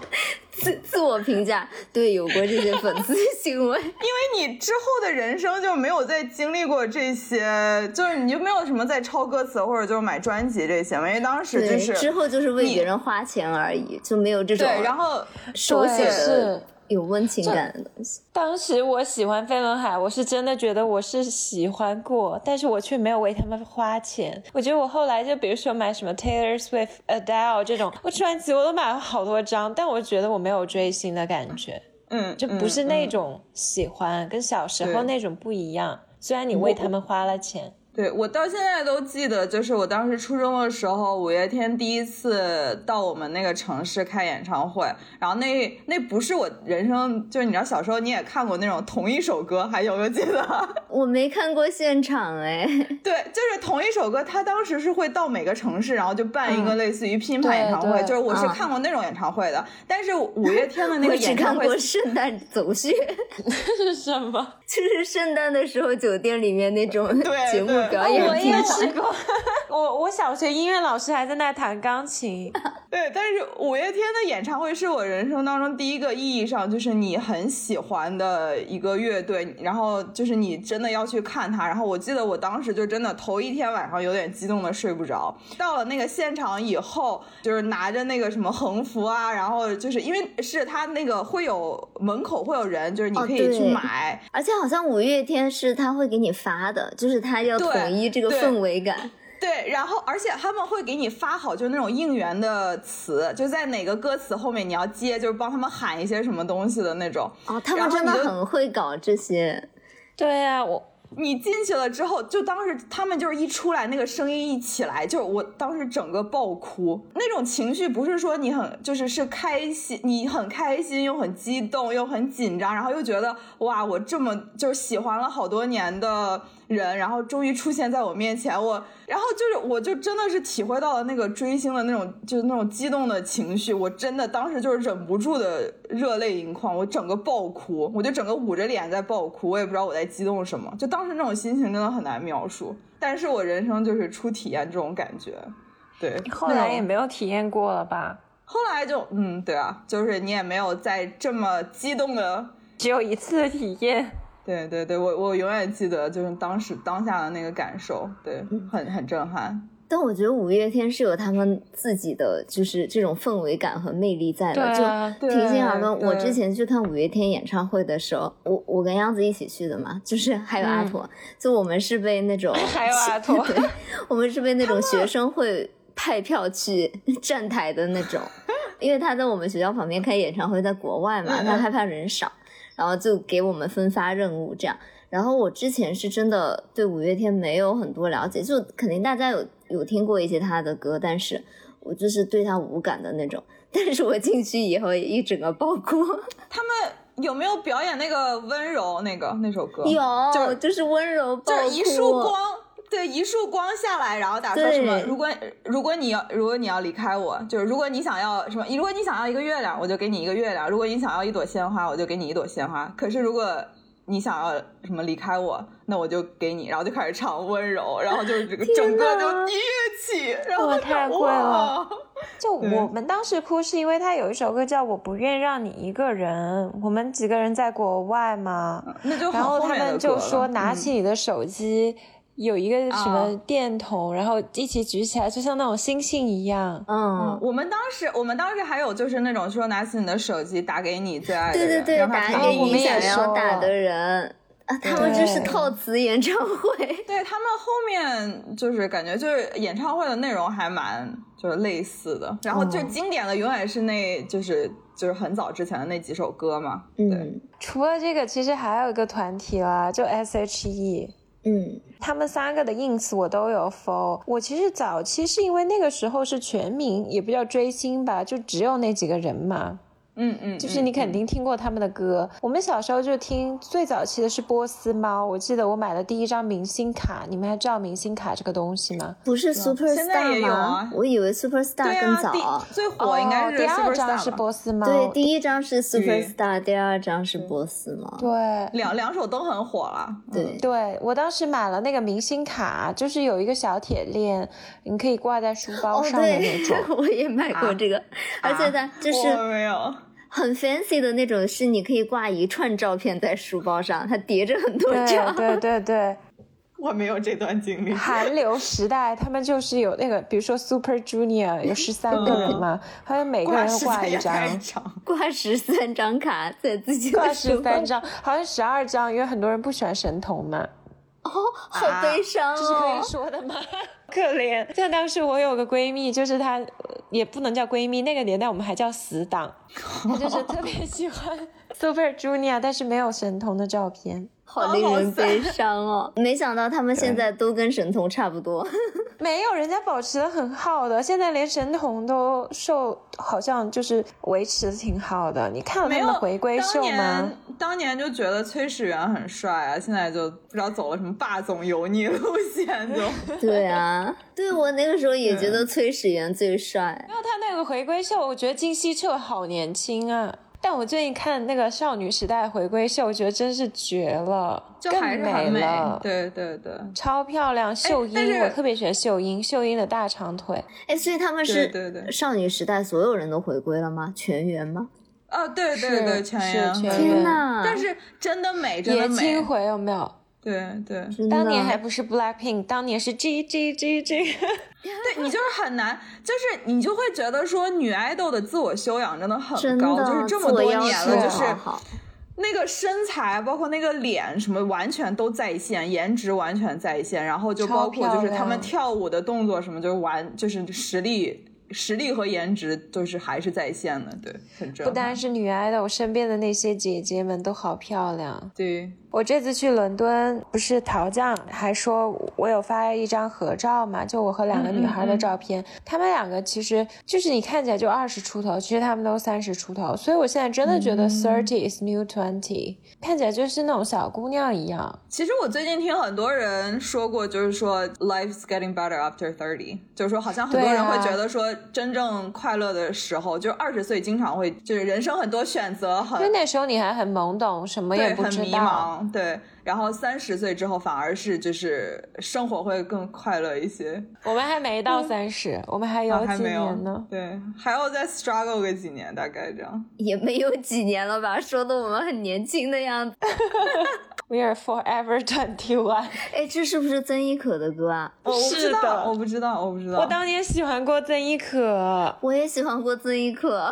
S2: 自自我评价，对，有过这
S4: <laughs>
S2: 些粉丝行为，
S4: 因为你之后的人生就没有再经历过这些，就是你就没有什么在抄歌词或者就是买专辑这些嘛，因为当时就
S2: 对，
S4: 是
S2: 之后就是为
S4: 你
S2: 别人花钱而已，就没有这种
S4: 对，然后
S2: 手写
S1: 对
S2: 的
S1: 是
S2: 有温情感的东西。
S1: 当时我喜欢飞轮海，我是真的觉得我是喜欢过，但是我却没有为他们花钱。我觉得我后来就比如说买什么 Taylor Swift、Adele 这种，我专辑我都买了好多张，但我觉得我没有追星的感觉，
S4: 嗯，
S1: 就不是那种喜欢，跟小时候
S4: 对
S1: 那种不一样。虽然你为他们花了钱，
S4: 对我到现在都记得，就是我当时初中的时候，五月天第一次到我们那个城市开演唱会，然后那那不是我人生，就是你知道小时候你也看过那种同一首歌，还有没有记得？
S2: 我没看过现场哎，
S4: 对，就是同一首歌，他当时是会到每个城市，然后就办一个类似于拼盘
S1: 对
S4: 演唱会，
S1: 对
S4: 就是我是
S2: 嗯
S4: 看过那种演唱会的，但是五月天的那
S2: 我
S4: 个
S2: 只
S4: 演
S2: 看
S4: 唱会
S2: 过圣诞走穴， <laughs>
S1: 这是什 <laughs> 么？
S2: 就是圣诞的时候酒店里面那种
S4: 对哦
S2: 节目
S4: 对
S2: 表
S1: 我
S2: 演
S1: 也
S2: 厅。
S1: 试过， <laughs> 我我小学音乐老师还在那弹钢 <laughs> 琴。
S4: 对，但是五月天的演唱会是我人生当中第一个意义上就是你很喜欢的一个乐队，然后就是你真的要去看他。然后我记得我当时就真的头一天晚上有点激动的睡不着，到了那个现场以后，就是拿着那个什么横幅啊，然后就是因为是他那个会有门口会有人，就是你
S2: 哦
S4: 可以去
S2: 对
S4: 买，
S2: 而且好像五月天是他会给你发的，就是他要
S4: 对
S2: 统一这个
S4: 对
S2: 氛围感。
S4: 对，然后而且他们会给你发好，就是那种应援的词，就在哪个歌词后面你要接，就是帮他们喊一些什么东西的那种。
S2: 哦，他
S4: 然
S2: 们
S4: 后
S2: 真的
S4: 你就
S2: 很会搞这些。
S1: 对啊，我
S4: 你进去了之后，就当时他们就是一出来，那个声音一起来，就是我当时整个爆哭，那种情绪不是说你很就是是开心，你很开心又很激动又很紧张，然后又觉得哇，我这么就是喜欢了好多年的人，然后终于出现在我面前，我然后就是我就真的是体会到了那个追星的那种就是那种激动的情绪，我真的当时就是忍不住的热泪盈眶，我整个爆哭，我就整个捂着脸在爆哭，我也不知道我在激动什么，就当时那种心情真的很难描述，但是我人生就是初体验这种感觉，对，
S1: 后来也
S4: 那种
S1: 没有体验过了吧？
S4: 后来就嗯对啊，就是你也没有再这么激动的。
S1: 只有一次的体验。
S4: 对对对，我我永远记得就是当时当下的那个感受，对，很很震撼。
S2: 但我觉得五月天是有他们自己的，就是这种氛围感和魅力在的。
S1: 对啊
S2: 就
S4: 对
S2: 平心而论，
S4: 对
S2: 我之前去看五月天演唱会的时候，我我跟央子一起去的嘛，就是还有
S4: 嗯
S2: 阿驼，就我们是被那
S4: <laughs>
S2: 种
S1: 还有阿驼
S2: <laughs> 对，我们是被那种学生会派票去 <laughs> 站台的那种，因为他在我们学校旁边开演唱会，在国外嘛，
S4: 嗯嗯
S2: 他害怕人少，然后就给我们分发任务这样。然后我之前是真的对五月天没有很多了解，就肯定大家有有听过一些他的歌，但是我就是对他无感的那种。但是我进去以后一整个爆哭，
S4: 他们有没有表演那个温柔那个那首歌？
S2: 有，
S4: <laughs> 就是
S2: 就是温柔爆
S4: 就是
S2: 哭，嗯
S4: 一束光，对，一束光下来，然后打说什么？
S2: 对
S4: 如果如果你要如果你要离开我，就是如果你想要什么？如果你想要一个月亮，我就给你一个月亮；如果你想要一朵鲜花，我就给你一朵鲜花。可是如果你想要什么离开我，那我就给你，然后就开始唱温柔，然后就是这个整个就一跃起，然后
S1: 哇
S4: 就
S1: 太贵了。
S4: 哇
S1: 就
S4: 对
S1: 我们当时哭是因为他有一首歌叫《我不愿让你一个人》，我们几个人在国外嘛，
S4: 那就很
S1: 然后他
S4: 面的
S1: 们
S4: 歌
S1: 就
S4: 了
S1: 说拿
S4: 嗯
S1: 起你的手机，有一个什么
S4: 啊
S1: 电筒，然后一起举起来，就像那种星星一样。
S2: 嗯
S4: 嗯，，我们当时，我们当时还有就是那种说拿起你的手机打给你最爱的
S2: 对
S4: 人，
S2: 对对，
S4: 让他哦
S2: 打
S4: 听
S2: 给
S1: 我
S2: 你
S1: 们也
S2: 想要
S1: 说
S2: 打
S1: 了
S2: 的人啊，他们这是
S1: 对
S2: 套词演唱会。
S4: 对他们后面就是感觉就是演唱会的内容还蛮就是类似的，然后最经典的永远是那就是就是很早之前的那几首歌嘛。对，
S2: 嗯
S1: 除了这个，其实还有一个团体啦，就 S.H.E。
S2: 嗯
S1: 他们三个的 ins 我都有 follow。我其实早期是因为那个时候是全民，也不叫追星吧，就只有那几个人嘛。
S4: 嗯嗯，
S1: 就是你肯定听过他们的歌。我们小时候就听最早期的是波斯猫，我记得我买的第一张明星卡，你们还知道明星卡这个东西吗？
S2: 不是
S4: 现在
S2: Superstar
S4: 也有
S2: 吗
S4: 啊？
S2: 我以为
S4: 嗯
S2: Superstar
S4: 对
S2: 更
S4: 啊，
S2: 早。
S4: 第最哦火应该
S1: 哦
S4: 是
S1: 第二
S4: Superstar
S1: 张是
S4: 吧
S1: 波斯猫，
S2: 对，第一张是 Superstar，第二张是波斯嘛？
S1: 对
S4: 两两首都很火了。
S2: 对，
S1: 对我当时买了那个明星卡，就是有一个小铁链，你可以挂在书包
S2: 哦
S1: 上的
S2: 对
S1: 那
S2: <laughs>
S1: 种。，
S2: 我也买过这个，而且它就是
S4: 啊我没有，
S2: 很 fancy 的那种，是你可以挂一串照片在书包上，它叠着很多
S1: 对
S2: 张。
S1: 对对对，
S4: 我没有这段经历。
S1: 韩流时代，他们就是有那个，比如说 Super Junior 有十三个人嘛，他们每个
S4: <laughs>
S1: 人
S4: 时
S1: 挂
S4: 间
S1: 一
S4: 也太
S1: 张，
S4: 长，
S2: 挂十三张卡在自己
S1: 挂
S2: 的
S1: 十
S2: 书包
S1: 三，张，好像十二张，因为很多人不喜欢神童嘛，
S4: 啊
S2: 好悲伤
S1: 这是可以
S2: 哦。
S1: 说的吗？ <laughs> 可怜。像当时我有个闺蜜，就是她呃也不能叫闺蜜，那个年代我们还叫死党，她就是特别喜欢 <laughs> Super Junior，但是没有神童的照片。
S2: 好令人悲伤 <laughs> 哦！没想到他们现在都跟神童差不多。 <laughs>
S1: 没有，人家保持的很好的，现在连神童都受，好像就是维持的挺好的。你看了
S4: 没
S1: 他
S4: 有
S1: 们的回归秀
S4: 当
S1: 吗
S4: 年？当年就觉得崔始源很帅啊，现在就不知道走了什么霸总油腻路线就，
S1: <laughs>
S2: 对啊，对我那个时候也觉得崔始源最帅。
S1: 没有，他那个回归秀，我觉得金希澈好年轻啊。但我最近看那个少女时代回归秀，我觉得真是绝了，
S4: 就
S1: 更
S4: 还是很
S1: 了，，
S4: 对对对，
S1: 超漂亮。秀
S4: 哎但
S1: 英，
S4: 是
S1: 我特别喜欢秀英，秀英的大长腿。
S2: 哎，所以他们
S4: 对
S2: 是
S4: 对对
S2: 少女时代所有人都回归了吗？全员吗？
S4: 啊对
S1: 是
S4: 对对，
S1: 是
S4: 全员
S1: 全
S4: 对
S1: 员
S2: 天
S1: 对
S2: 呐！
S4: 但是真的美，真
S1: 爷
S4: 的
S1: 青
S4: 美，
S1: 回有没有？
S4: 对对
S2: 真的
S1: 当年还不是 Blackpink，当年是 G G G G。
S4: 啊对，你就是很难，就是你就会觉得说女爱豆的自我修养真的很
S2: 真
S4: 高，
S2: 的
S4: 就是这
S2: 自
S4: 么
S2: 我
S4: 多
S2: 要
S4: 年
S2: 求
S4: 了，
S2: 好
S4: 就是
S2: 好
S4: 那个身材，包括那个脸什么，完全都在线，颜值完全在线，然后就包括就是他们
S1: 超漂亮
S4: 跳舞的动作什么，就是完就是实力。实力和颜值就是还是在线的，对，很
S1: <laughs>
S4: 正。
S1: 不单是女爱豆，身边的那些姐姐们都好漂亮。
S4: 对，
S1: 我这次去伦敦，不是陶酱还说我有发一张合照嘛，就我和两个
S4: 嗯
S1: 女孩的照片。她们两个其实就是你看起来就二十出头，其实她们都三十出头。所以我现在真的
S4: 嗯
S1: 觉得 thirty is new twenty，、看起来就是那种小姑娘一样。
S4: 其实我最近听很多人说过，就是说 life's getting better after thirty，就是说好像很多
S1: 对
S4: 人
S1: 啊
S4: 会觉得说真正快乐的时候，就是二十岁，经常会就是人生很多选择，很
S1: 因为那时候你还很懵懂，什么也
S4: 对，
S1: 不
S4: 很
S1: 知
S4: 迷
S1: 道。
S4: 茫，对。然后三十岁之后，反而是就是生活会更快乐一些，
S1: 我们还没到三十、我们还有
S4: 嗯啊还
S1: 几
S4: 没有
S1: 年呢。
S4: 对，还要再 struggle 个几年，大概这样。
S2: 也没有几年了吧，说的我们很年轻的样子。
S1: We are forever <laughs> twenty one。
S2: 哎，这是不是曾轶可的歌啊？
S4: 我我不
S1: 是
S4: 知
S1: 的
S4: 道，我不知道，哦我不知道。
S1: 我当年喜欢过曾轶可，
S2: 我也喜欢过曾轶可，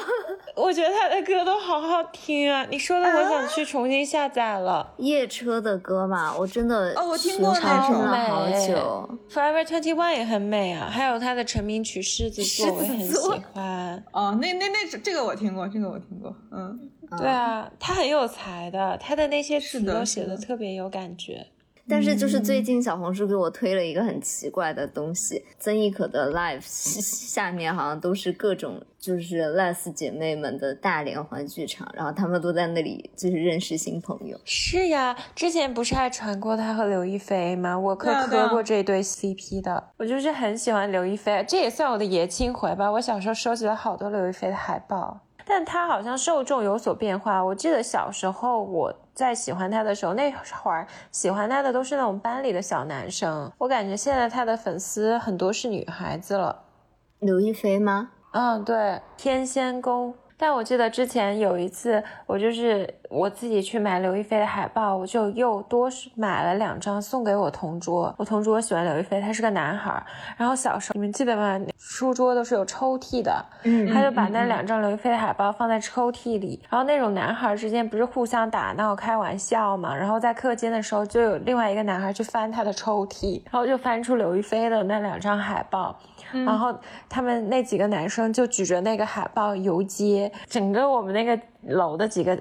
S2: <laughs>
S1: 我觉得她的歌都好好听啊！你说的，我想去重新下载了。
S2: 夜车的歌嘛，我真的
S4: 哦我听过
S2: 循环
S4: 那哎
S2: 听
S4: 首
S2: 了好
S1: 美
S2: 久。
S1: Forever Twenty One 也很美啊，还有她的成名曲《狮子座》我也很
S2: 狮子座
S4: <laughs>
S1: 喜欢。
S4: 哦，那那那这个我听过，这个我听过，嗯，
S1: 对啊，他很有才的，他的那些词
S4: 是的
S1: 都
S4: 是
S1: 写的
S4: 的
S1: 特别有感觉。
S2: 但是就是
S1: 嗯
S2: 最近小红书给我推了一个很奇怪的东西，曾轶可的 live <laughs> 下面好像都是各种就是 less 姐妹们的大连环剧场，然后她们都在那里就是认识新朋友。
S1: 是呀，之前不是还传过他和刘亦菲吗？我可
S4: 对啊对
S1: 磕
S4: 啊
S1: 过这对 CP 的，我就是很喜欢刘亦菲，这也算我的爷青回吧。我小时候收集了好多刘亦菲的海报，但她好像受众有所变化。我记得小时候我在喜欢她的时候，那会儿喜欢她的都是那种班里的小男生，我感觉现在她的粉丝很多是女孩子了。
S2: 刘亦菲吗？
S1: 嗯，对，天仙宫。但我记得之前有一次，我就是我自己去买刘亦菲的海报，我就又多买了两张送给我同桌。我同桌喜欢刘亦菲，他是个男孩儿。然后小时候你们记得吗？书桌都是有抽屉的，
S2: 嗯
S1: 他就把那两张刘亦菲的海报放在抽屉里，然后那种男孩之间不是互相打闹开玩笑嘛，然后在课间的时候就有另外一个男孩去翻他的抽屉，然后就翻出刘亦菲的那两张海报，
S2: 嗯
S1: 然后他们那几个男生就举着那个海报游街，整个我们那个楼的几个。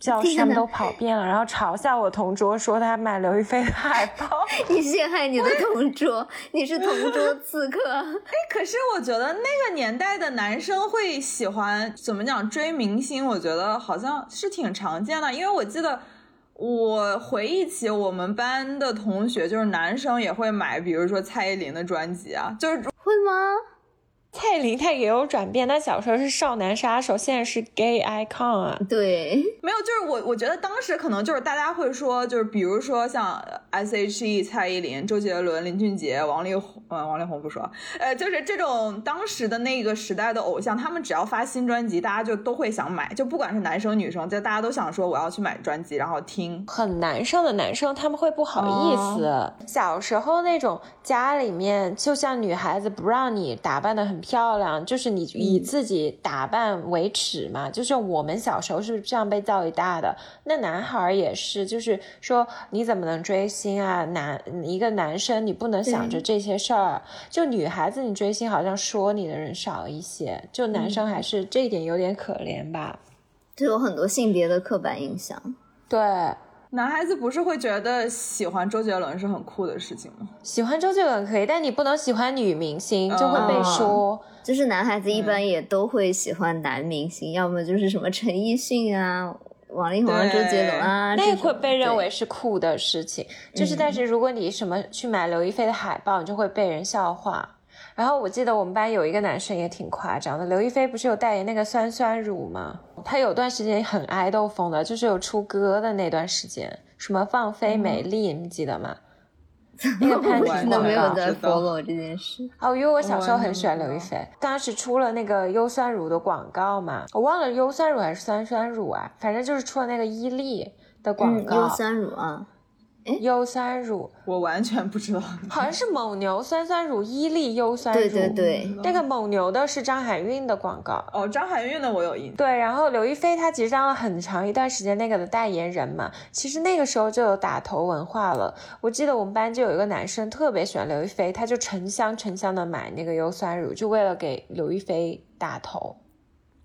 S1: 教室
S2: 天
S1: 他们
S2: 哪
S1: 都跑遍了，然后嘲笑我同桌说他买刘亦菲的海报， <laughs>
S2: 你陷害你的同桌，你是同
S1: <laughs>
S2: 桌刺客。
S4: 可是我觉得那个年代的男生会喜欢怎么讲追明星，我觉得好像是挺常见的，因为我记得。我回忆起我们班的同学，就是男生也会买，比如说蔡依林的专辑啊，就是
S2: 会吗？
S1: 蔡依林她也有转变，她小时候是少男杀手，现在是 gay icon 啊。
S2: 对，
S4: 没有，就是我我觉得当时可能就是大家会说，就是比如说像 S.H.E、蔡依林、周杰伦、林俊杰、王力宏，呃，王力宏不说，呃，就是这种当时的那个时代的偶像，他们只要发新专辑，大家就都会想买，就不管是男生女生，就大家都想说我要去买专辑，然后听。
S1: 很难上的男生，他们会不好意思。小时候那种家里面，就像女孩子不让你打扮的很漂亮，就是你以自己打扮为耻嘛。就是我们小时候是这样被教育大的。那男孩儿也是，就是说你怎么能追星啊？男一个男生你不能想着这些事儿。啊就女孩子你追星，好像说你的人少一些，就男生还是、这一点有点可怜吧。
S2: 就有很多性别的刻板印象。
S1: 对，
S4: 男孩子不是会觉得喜欢周杰伦是很酷的事情吗？
S1: 喜欢周杰伦可以，但你不能喜欢女明星，就会被说。
S2: 就是男孩子一
S1: 嗯
S2: 般也都会喜欢男明星，要么就是什么陈奕迅啊、王力宏啊、周
S4: 对
S2: 杰伦啊，
S1: 那
S2: 这种
S1: 会被认为
S2: 对
S1: 是酷的事情，就是但是如果你什么去买刘亦菲的海报，你就会被人笑话。然后我记得我们班有一个男生也挺夸张的，刘亦菲不是有代言那个酸酸乳吗？他有段时间很爱豆风的，就是有出歌的那段时间，什么放飞美丽，你们记得吗？那个潘
S2: 我
S1: 婷
S2: 真的
S1: 广
S2: 没有
S1: 告
S2: 在
S4: 知道
S2: follow 这件事。
S1: 哦，因为我小时候很喜欢刘亦菲，当时出了那个优酸乳的广告嘛，我忘了优酸乳还是酸酸乳啊，反正就是出了那个伊利的广
S2: 嗯，
S1: 告，
S2: 优酸乳啊，
S1: 优酸乳
S4: 我完全不知道。
S1: 好像是蒙牛酸酸乳，伊利优酸乳，
S2: 对对，对，
S1: 那个蒙牛的是张含韵的广告。
S4: 哦，张含韵的我有印象。
S1: 对，然后刘亦菲她其实当了很长一段时间那个的代言人嘛，其实那个时候就有打头文化了。我记得我们班就有一个男生特别喜欢刘亦菲，他就成箱成箱的买那个优酸乳，就为了给刘亦菲打头。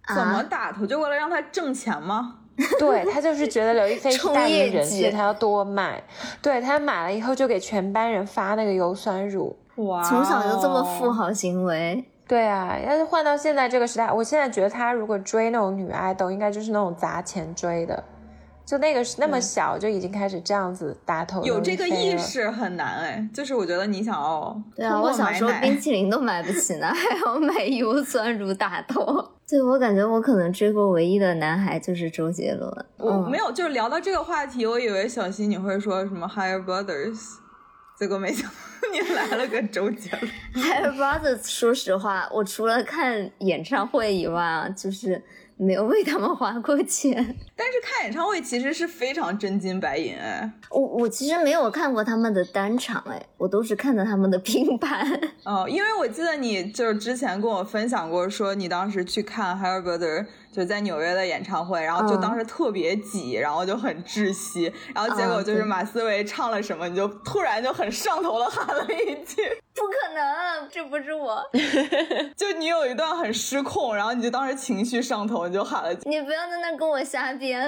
S4: 怎么
S2: 啊，
S4: 打头？就为了让他挣钱吗？
S1: 对他就是觉得刘亦菲是
S2: 冲
S1: 代言
S2: 业
S1: 人，
S2: 绩
S1: 所以他要多买。对他买了以后就给全班人发那个优酸乳。
S4: 哇
S2: 从小就这么富
S4: 哦
S2: 豪行为，
S1: 对啊，要是换到现在这个时代，我现在觉得他如果追那种女爱豆，应该就是那种砸钱追的，就那个时那么小就已经开始这样子打头
S4: 有
S1: 刘
S4: 这
S1: 亦
S4: 个
S1: 菲
S4: 意
S1: 了。
S4: 识很难哎，就是我觉得你想要
S2: 对啊，
S4: 通
S2: 我
S4: 过
S2: 小
S4: 买
S2: 时候
S4: 奶
S2: 冰淇淋都买不起呢， <laughs> 还要买优酸乳打头。对，我感觉我可能追过唯一的男孩就是周杰伦。
S4: 我
S2: 嗯
S4: 没有，就是聊到这个话题，我以为小新你会说什么 Higher Brothers，结果没想到你来了个周杰伦。
S2: Higher Brothers，说实话，我除了看演唱会以外，啊，就是没有为他们花过钱。
S4: 但是看演唱会其实是非常真金白银哎，
S2: 我我其实没有看过他们的单场，哎，我都是看的他们的拼盘。
S4: 哦，因为我记得你就是之前跟我分享过，说你当时去看 Higher Brothers 就是在纽约的演唱会，然后就
S2: 嗯
S4: 当时特别挤，然后就很窒息，然后结果
S2: 嗯
S4: 就是
S2: 对
S4: 马思唯唱了什么，你就突然就很上头的喊了一句。
S2: 不可能，这不是我。
S4: 就你有一段很失控，然后你就当时情绪上头，你就喊了，
S2: 你不要在那跟我瞎编。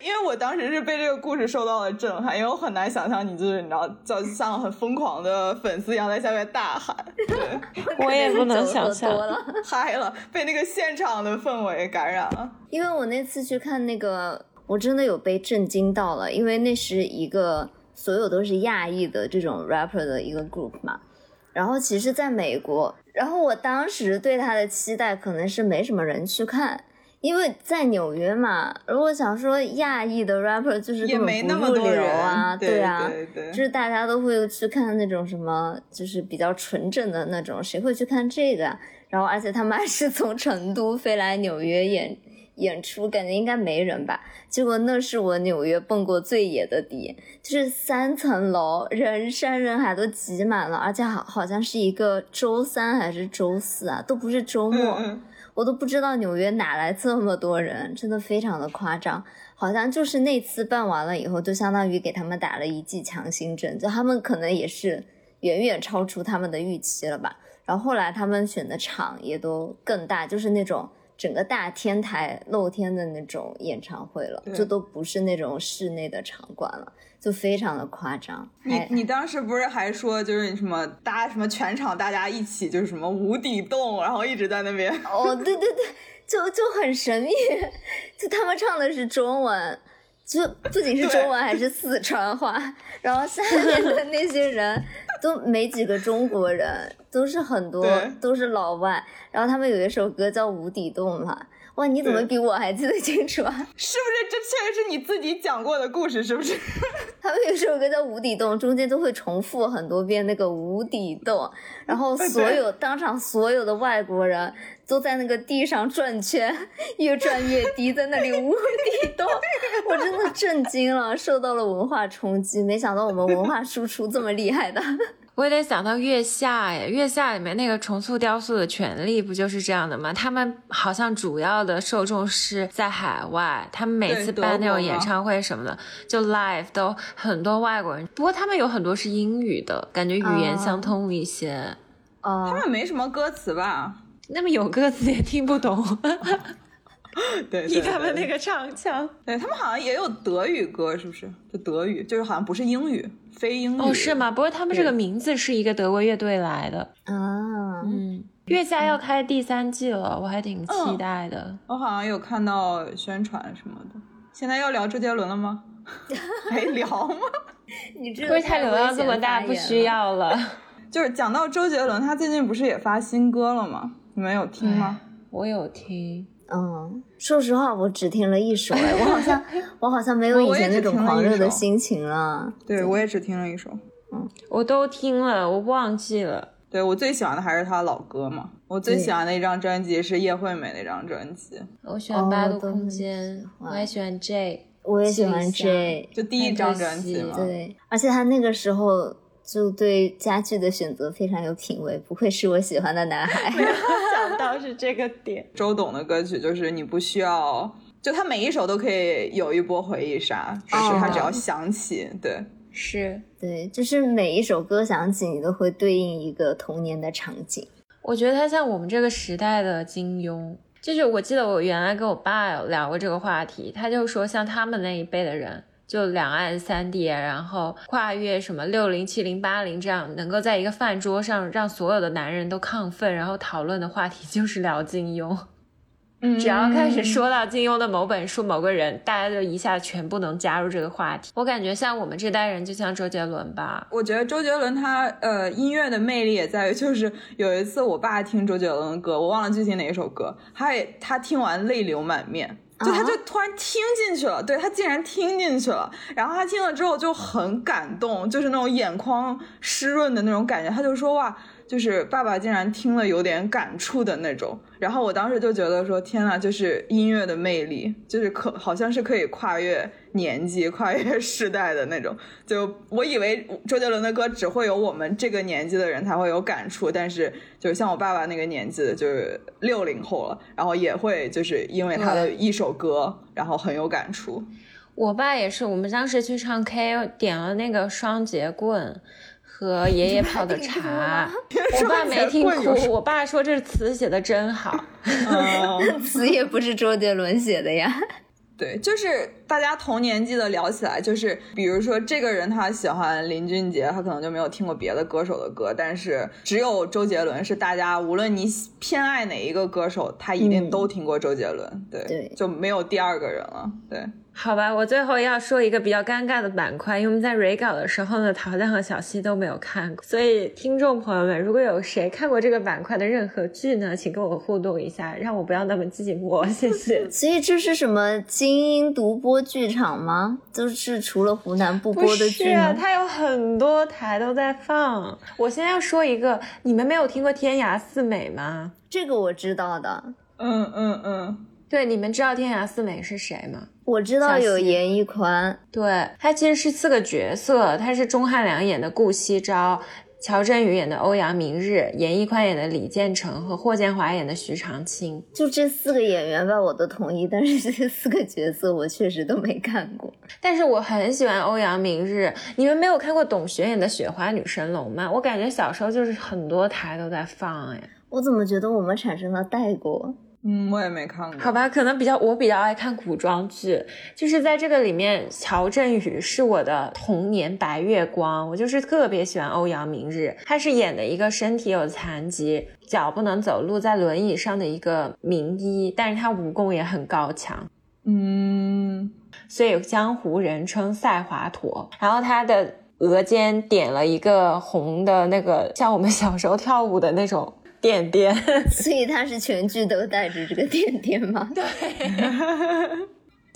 S4: 因为我当时是被这个故事受到了震撼，因为我很难想象你就是你知道，就像很疯狂的粉丝一样在下面大喊，
S1: 我也不能
S2: 酒喝
S1: 想象
S2: 多了。
S4: 嗨了，被那个现场的氛围感染了。
S2: 因为我那次去看那个，我真的有被震惊到了，因为那是一个所有都是亚裔的这种 rapper 的一个 group 嘛。然后其实在美国，然后我当时对他的期待可能是没什么人去看，因为在纽约嘛，如果想说亚裔的 rapper 就是
S4: 也
S2: 根
S4: 没
S2: 本
S4: 那
S2: 不
S4: 么
S2: 入
S4: 多
S2: 流
S4: 人
S2: 啊，
S4: 对
S2: 啊，
S4: 对对
S2: 就是大家都会去看那种什么，就是比较纯正的那种，谁会去看这个啊？然后而且他们还是从成都飞来纽约演演出，感觉应该没人吧？结果那是我纽约蹦过最野的地，就是三层楼，人山人海都挤满了，而且好好像是一个周三还是周四啊，都不是周末。
S4: 嗯嗯，
S2: 我都不知道纽约哪来这么多人，真的非常的夸张。好像就是那次办完了以后，就相当于给他们打了一剂强心针，就他们可能也是远远超出他们的预期了吧。然后后来他们选的场也都更大，就是那种整个大天台露天的那种演唱会了，
S4: 对
S2: 就都不是那种室内的场馆了，就非常的夸张。
S4: 你
S2: 还
S4: 你当时不是还说就是你什么大家什么全场大家一起就是什么无底洞，然后一直在那边，
S2: 哦，对对对，就就很神秘，就他们唱的是中文，就不仅是中文，还是四川话， <laughs> 然后下面的那些人都没几个中国人，都是很多
S4: 对
S2: 都是老外，然后他们有一首歌叫《无底洞》嘛。哇，你怎么
S4: 对
S2: 比我还记得清楚啊？
S4: 是不是？这确实是你自己讲过的故事，是不是？
S2: 他们有一首歌叫《无底洞》，中间都会重复很多遍那个“无底洞”，然后所有当场所有的外国人都在那个地上转圈，越转越低，在那里无底洞，我真的震惊了，受到了文化冲击，没想到我们文化输出这么厉害的。
S1: 我也得想到月下哎，月下里面那个重塑雕塑的权利不就是这样的吗？他们好像主要的受众是在海外，他们每
S4: 对
S1: 次
S4: 德
S1: 办那
S4: 国
S1: 种演
S4: 嘛
S1: 唱会什么的，就 live 都很多外国人，不过他们有很多是英语的，感觉语
S4: 啊
S1: 言相
S2: 哦
S1: 通一些。
S2: 哦、
S4: 他们没什么歌词吧？
S1: 那么有歌词也听不懂， <laughs>
S4: 对，
S1: 以
S4: 对
S1: 他们
S4: 对
S1: 那个唱腔。
S4: 对他们好像也有德语歌，是不是？就德语，就是好像不是英语，非英语。
S1: 哦，是？吗？不过他们这个名字是一个德国乐队来的。
S2: 啊，
S1: 嗯，月下要开第三季了，我还挺期
S4: 嗯
S1: 待的。
S4: 我好像有看到宣传什么的。现在要聊周杰伦
S1: <laughs>
S4: 了吗？还聊吗？
S2: 你这
S1: 不
S2: 个
S1: 过他流
S2: 危
S1: 量这
S2: 险
S1: 么大，
S2: 发
S1: 不
S2: 言
S1: 需
S2: 了。
S1: 要了。 <laughs>
S4: 就是讲到周杰伦，他最近不是也发新歌了吗？你们有听吗？
S1: 我有听，
S2: 嗯，说实话，我只听了一首，哎，我好像我好像没有以
S4: 我也
S2: 前那
S4: 只
S2: 种
S4: 听了
S2: 狂
S4: 一
S2: 热的
S4: 首
S2: 心情了。
S4: 对，我也只听了一首。
S1: 我都听了，我忘记了。
S4: 对我最喜欢的还是他老歌嘛。我最喜欢的一张专辑是叶惠美那张专辑，
S1: 我喜
S2: 哦
S1: 欢八度
S2: 我都
S1: 空
S2: 很
S1: 间，
S2: 欢
S1: 哦我也喜欢 J。
S2: 我也喜欢
S1: 记一
S2: J，
S4: 就第一
S1: 哎
S4: 张专辑嘛。
S1: 啊
S2: 对，而且他那个时候就对家具的选择非常有品味，不愧是我喜欢的男孩。
S1: 想到是这个点，
S4: 周董的歌曲就是你不需要，就他每一首都可以有一波回忆杀，只
S1: 哦
S4: 是他只要想起，对
S1: 是
S2: <laughs> 对，就是每一首歌响起，你都会对应一个童年的场景。 <laughs>
S1: 我觉得他像我们这个时代的金庸。就是我记得我原来跟我爸有聊过这个话题，他就说像他们那一辈的人，就两岸三地，然后跨越什么六零、七零、八零这样，能够在一个饭桌上让所有的男人都亢奋，然后讨论的话题就是聊金庸。 <laughs>
S4: 嗯
S1: 只要开始说到金庸的某本书、某个人，大家就一下全部能加入这个话题。我感觉像我们这代人，就像周杰伦吧，
S4: 我觉得周杰伦他呃音乐的魅力也在于，就是有一次我爸听周杰伦的歌，我忘了具体哪一首歌，他也他听完泪流满面。就他
S2: 啊
S4: 就突然听进去了，对他竟然听进去了，然后他听了之后就很感动，就是那种眼眶湿润的那种感觉，他就说哇，就是爸爸竟然听了有点感触的那种。然后我当时就觉得说天呐，就是音乐的魅力，就是可好像是可以跨越年纪、跨越世代的那种。就我以为周杰伦的歌只会有我们这个年纪的人才会有感触，但是就是像我爸爸那个年纪的，就是六零后了，然后也会就是因为他的一首歌，然后很有感触。
S1: 我爸也是。我们当时去唱 K，点了那个双截棍。和爷爷泡的茶。我爸没听哭，我爸说这词写的真好。
S2: 词也不是周杰伦写的呀。 <laughs>
S4: 对，就是大家同年纪的聊起来，就是比如说这个人他喜欢林俊杰，他可能就没有听过别的歌手的歌，但是只有周杰伦是大家无论你偏爱哪一个歌手，他一
S1: 嗯
S4: 定都听过周杰伦。嗯、对，
S2: 对
S4: 就没有第二个人了。对，
S1: 好吧，我最后要说一个比较尴尬的板块，因为我们在 re 稿的时候呢，桃蛋和小西都没有看过，所以听众朋友们，如果有谁看过这个板块的任何剧呢，请跟我互动一下，让我不要那么寂寞，谢谢。
S2: 所以这是什么？精英独播剧场吗？就是除了湖南不播的剧
S1: 是啊，它有很多台都在放。我现在要说一个，你们没有听过《天涯四美》吗？
S2: 这个我知道的。
S4: 嗯嗯嗯，
S1: 对，你们知道《天涯四美》是谁吗？
S2: 我知道有严一宽，
S1: 对，他其实是四个角色，他是钟汉良演的顾惜朝。乔振宇演的欧阳明日，严屹宽演的李建成和霍建华演的徐长卿，
S2: 就这四个演员吧，我都同意。但是这四个角色我确实都没看过。
S1: 但是我很喜欢欧阳明日。你们没有看过董璇演的《雪花女神龙》吗？我感觉小时候就是很多台都在放哎。
S2: 我怎么觉得我们产生了代沟？啊
S4: 嗯，我也没看过。
S1: 好吧，可能比较我比较爱看古装剧，就是在这个里面，乔振宇是我的童年白月光，我就是特别喜欢欧阳明日，他是演的一个身体有残疾。脚不能走路，在轮椅上的一个名医，但是他武功也很高强。
S4: 嗯，
S1: 所以江湖人称赛华佗。然后他的额间点了一个红的那个，像我们小时候跳舞的那种。点点，
S2: <laughs> 所以他是全剧都带着这个点点 <laughs> 吗？
S1: 对，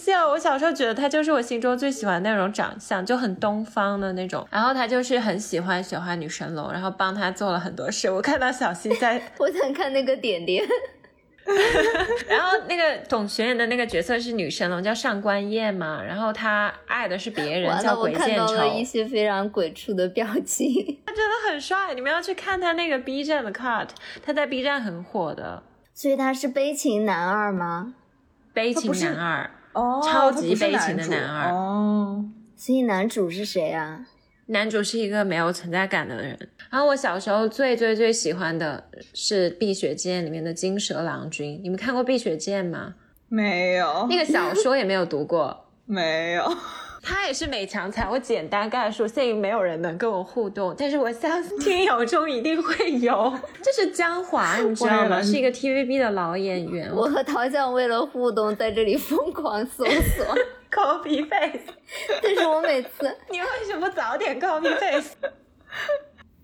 S1: 是啊，我小时候觉得他就是我心中最喜欢那种长相，就很东方的那种。然后他就是很喜欢雪花女神龙，然后帮他做了很多事。我看到小溪在，
S2: 我想看那个点点。
S1: 然后那个董璇演的那个角色是女神龙，叫上官燕嘛。然后她爱的是别人，叫鬼见愁。
S2: 一些非常鬼畜的表情。
S1: 他真的很帅，你们要去看他那个 B 站的 cut，他在 B 站很火的。
S2: <laughs> 所以他是悲情男二吗？
S1: 悲情男二，
S4: 哦，
S1: 超级悲情的
S4: 男
S1: 二。
S4: 哦，
S2: 所以男主是谁啊？
S1: 男主是一个没有存在感的人。然后我小时候最最最喜欢的是《碧血剑》里面的金蛇郎君，你们看过《碧血剑》吗？
S4: 没有，
S1: 那个小说也没有读过，
S4: 没有。
S1: 他也是美强惨，我简单概述，现在没有人能跟我互动，但是我相信听友中一定会有。这是江华，你知道吗？是一个 TVB 的老演员。
S2: 我和桃酱为了互动，在这里疯狂搜索 <laughs>
S1: copy face，
S2: 但是我每次
S1: <laughs> 你为什么早点 copy face？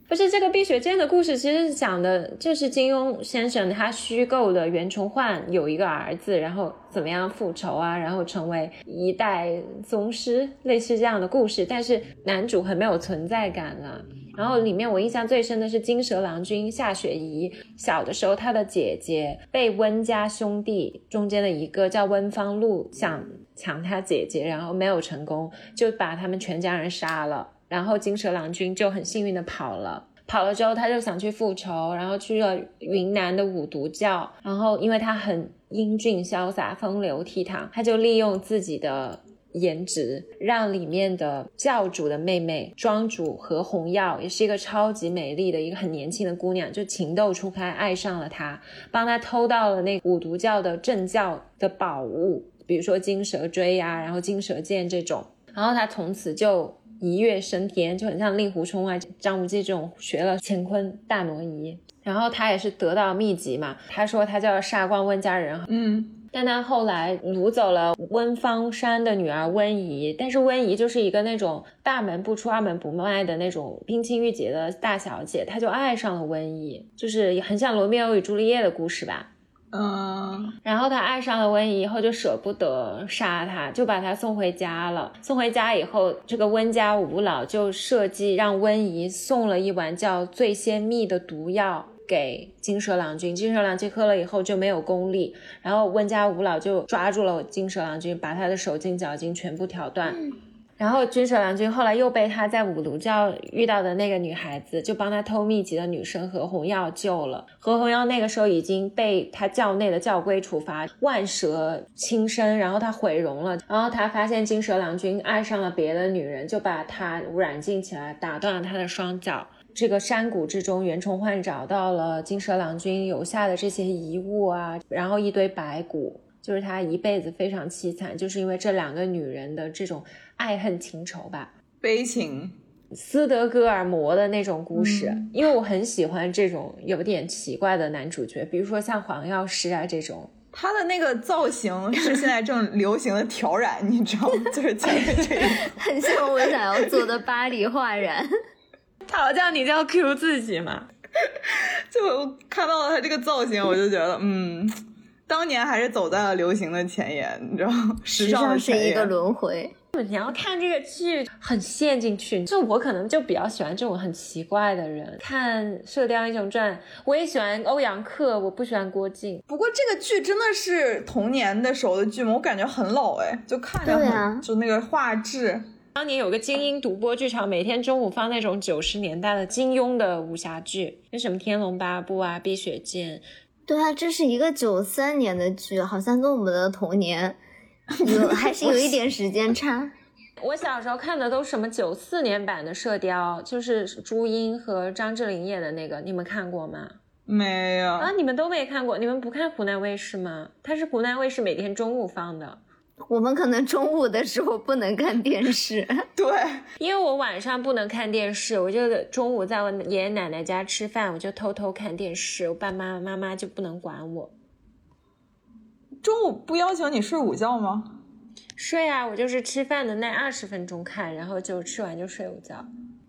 S1: 不是这个《碧血剑》的故事，其实讲的就是金庸先生他虚构的袁崇焕有一个儿子，然后怎么样复仇啊，然后成为一代宗师，类似这样的故事。但是男主很没有存在感了、啊。然后里面我印象最深的是金蛇郎君夏雪宜，小的时候她的姐姐被温家兄弟中间的一个叫温方禄想抢她姐姐，然后没有成功，就把他们全家人杀了。然后金蛇郎君就很幸运的跑了，跑了之后他就想去复仇，然后去了云南的五毒教，然后因为他很英俊潇洒、风流倜傥，他就利用自己的颜值，让里面的教主的妹妹庄主何红药，也是一个超级美丽的一个很年轻的姑娘，就情窦初开，爱上了他，帮他偷到了那五毒教的正教的宝物，比如说金蛇锥呀、啊，然后金蛇剑这种，然后他从此就。一跃升天，就很像令狐冲啊、张无忌这种学了乾坤大挪移。然后他也是得到秘籍嘛，他说他就要杀光温家人，
S4: 嗯。
S1: 但他后来掳走了温方山的女儿温宜，但是温宜就是一个那种大门不出二门不迈的那种冰清玉洁的大小姐，她就爱上了温宜，就是很像罗密欧与朱丽叶的故事吧。
S4: 嗯，
S1: 然后他爱上了温宜以后就舍不得杀他，就把他送回家了。送回家以后，这个温家五老就设计让温宜送了一碗叫醉仙蜜的毒药给金蛇郎君，金蛇郎君喝了以后就没有功力，然后温家五老就抓住了金蛇郎君，把他的手筋脚筋全部挑断。然后军舍郎君后来又被他在五毒教遇到的那个女孩子，就帮他偷秘籍的女生何红药救了。何红药那个时候已经被他教内的教规处罚万蛇轻生，然后他毁容了。然后他发现金蛇郎君爱上了别的女人，就把他软禁起来，打断了他的双脚。这个山谷之中，袁崇焕找到了金蛇郎君留下的这些遗物啊，然后一堆白骨，就是他一辈子非常凄惨，就是因为这两个女人的这种爱恨情仇吧。
S4: 悲情。
S1: 斯德哥尔摩的那种故事，因为我很喜欢这种有点奇怪的男主角，比如说像黄药师啊这种。
S4: 他的那个造型是现在正流行的挑染， <laughs> 你知道吗？就是前面这个，
S2: 很像我想要做的巴黎画染。
S1: 讨教你叫 Q 自己嘛，
S4: <laughs> 就我看到了他这个造型，我就觉得，嗯，当年还是走在了流行的前沿，你知道吗？时
S2: 时 <laughs>
S4: 尚的
S2: 尚是
S4: 前
S2: 一个
S4: 沿。
S2: 轮回，
S1: 你要看这个剧很陷进去，就我可能就比较喜欢这种很奇怪的人。看《射雕英雄传》，我也喜欢欧阳克，我不喜欢郭靖。
S4: 不过这个剧真的是童年的时候的剧吗？我感觉很老哎，就看着
S2: 对
S4: 很、
S2: 啊
S4: 就那个画质，
S1: 当年有个精英独播剧场，每天中午放那种九十年代的金庸的武侠剧，那什么《天龙八部》啊，《碧血剑》，
S2: 对啊，这是一个九三年的剧，好像跟我们的童年有还是有一点时间差。
S1: 我小时候看的都什么九四年版的《射雕》，就是朱茵和张智霖演的那个，你们看过吗？
S4: 没有。
S1: 啊，你们都没看过，你们不看湖南卫视吗？它是湖南卫视每天中午放的，
S2: 我们可能中午的时候不能看电视， <laughs>
S4: 对，
S1: 因为我晚上不能看电视，我就中午在我爷爷奶奶家吃饭，我就偷偷看电视，我爸妈妈妈就不能管我。
S4: 中午不邀请你睡午觉吗？
S1: 睡啊，我就是吃饭的那二十分钟看，然后就吃完就睡午觉。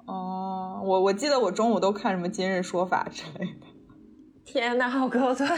S4: 哦，我我记得我中午都看什么《今日说法》之类的，
S1: 天哪，好高端！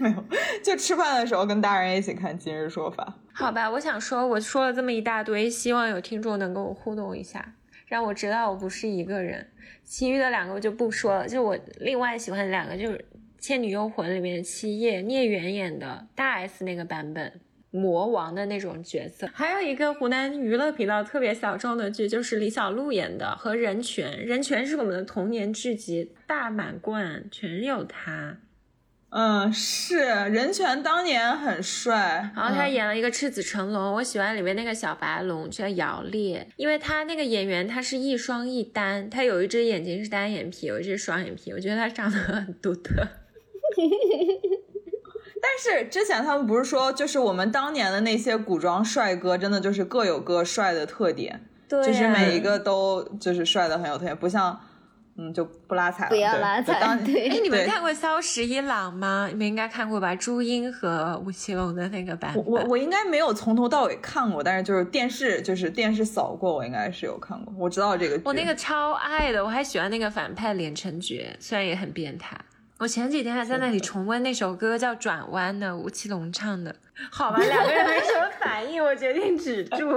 S4: 没有，就吃饭的时候跟大人一起看《今日说法》。
S1: 好吧，我想说，我说了这么一大堆，希望有听众能跟我互动一下，让我知道我不是一个人。其余的两个我就不说了，就我另外喜欢两个，就是《倩女幽魂》里面的七叶聂远演的大 S 那个版本。魔王的那种角色，还有一个湖南娱乐频道特别小众的剧，就是李小璐演的和人权，人权是我们的童年剧集，大满贯全有他。
S4: 嗯，是任泉当年很帅，
S1: 然后他
S4: 嗯
S1: 演了一个《赤子成龙》，我喜欢里面那个小白龙叫姚烈，因为他那个演员他是一双一单，他有一只眼睛是单眼皮，有一只双眼皮，我觉得他长得很独特。
S4: 但是之前他们不是说，就是我们当年的那些古装帅哥，真的就是各有各帅的特点，
S1: 对、
S4: 就是每一。个都就是帅的很有特点，不像，嗯，就不拉踩了，
S2: 不要
S4: 对
S2: 拉
S4: 就
S2: 踩
S4: 当
S2: 对
S1: 哎，你们
S4: 对
S1: 看过《萧十一郎》吗？你们应该看过吧？朱茵和吴奇隆的那个版
S4: 我
S1: 本。
S4: 我我应该没有从头到尾看过，但是就是电视就是电视扫过，我应该是有看过，我知道这个剧。
S1: 我那个超爱的，我还喜欢那个反派连城诀，虽然也很变态。我前几天还在那里重温那首歌叫《转弯》呢，吴奇隆唱的。好吧，两个人没什么反应，我决定止住。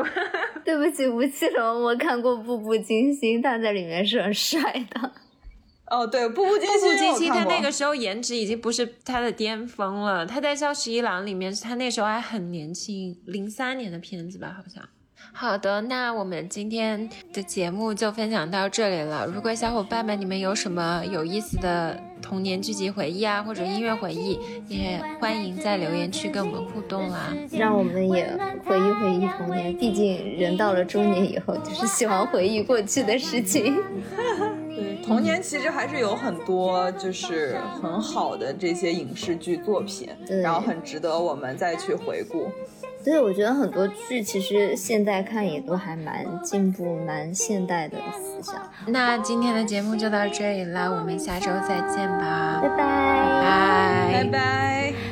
S2: 对不起，吴奇隆，我看过《步步惊心》，他在里面是很帅的。
S4: 哦，对，《步步惊
S1: 步
S4: 心》
S1: 步惊心，
S4: 我
S1: 他
S4: 看过
S1: 那个时候颜值已经不是他的巅峰了。他在《萧十一郎》里面，他那时候还很年轻，零三年的片子吧，好像。好的，那我们今天的节目就分享到这里了。如果小伙伴们你们有什么有意思的童年剧集回忆啊，或者音乐回忆，也欢迎在留言区跟我们互动啊啦。
S2: 让我们也回忆回忆童年，毕竟人到了中年以后，就是喜欢回忆过去的事情。
S4: 对童年其实还是有很多就是很好的这些影视剧作品，
S2: 对
S4: 然后很值得我们再去回顾。
S2: 对，我觉得很多剧其实现在看也都还蛮进步、蛮现代的思想。
S1: 那今天的节目就到这里啦，我们下周再见吧，
S2: 拜拜。
S1: 拜
S4: 拜拜。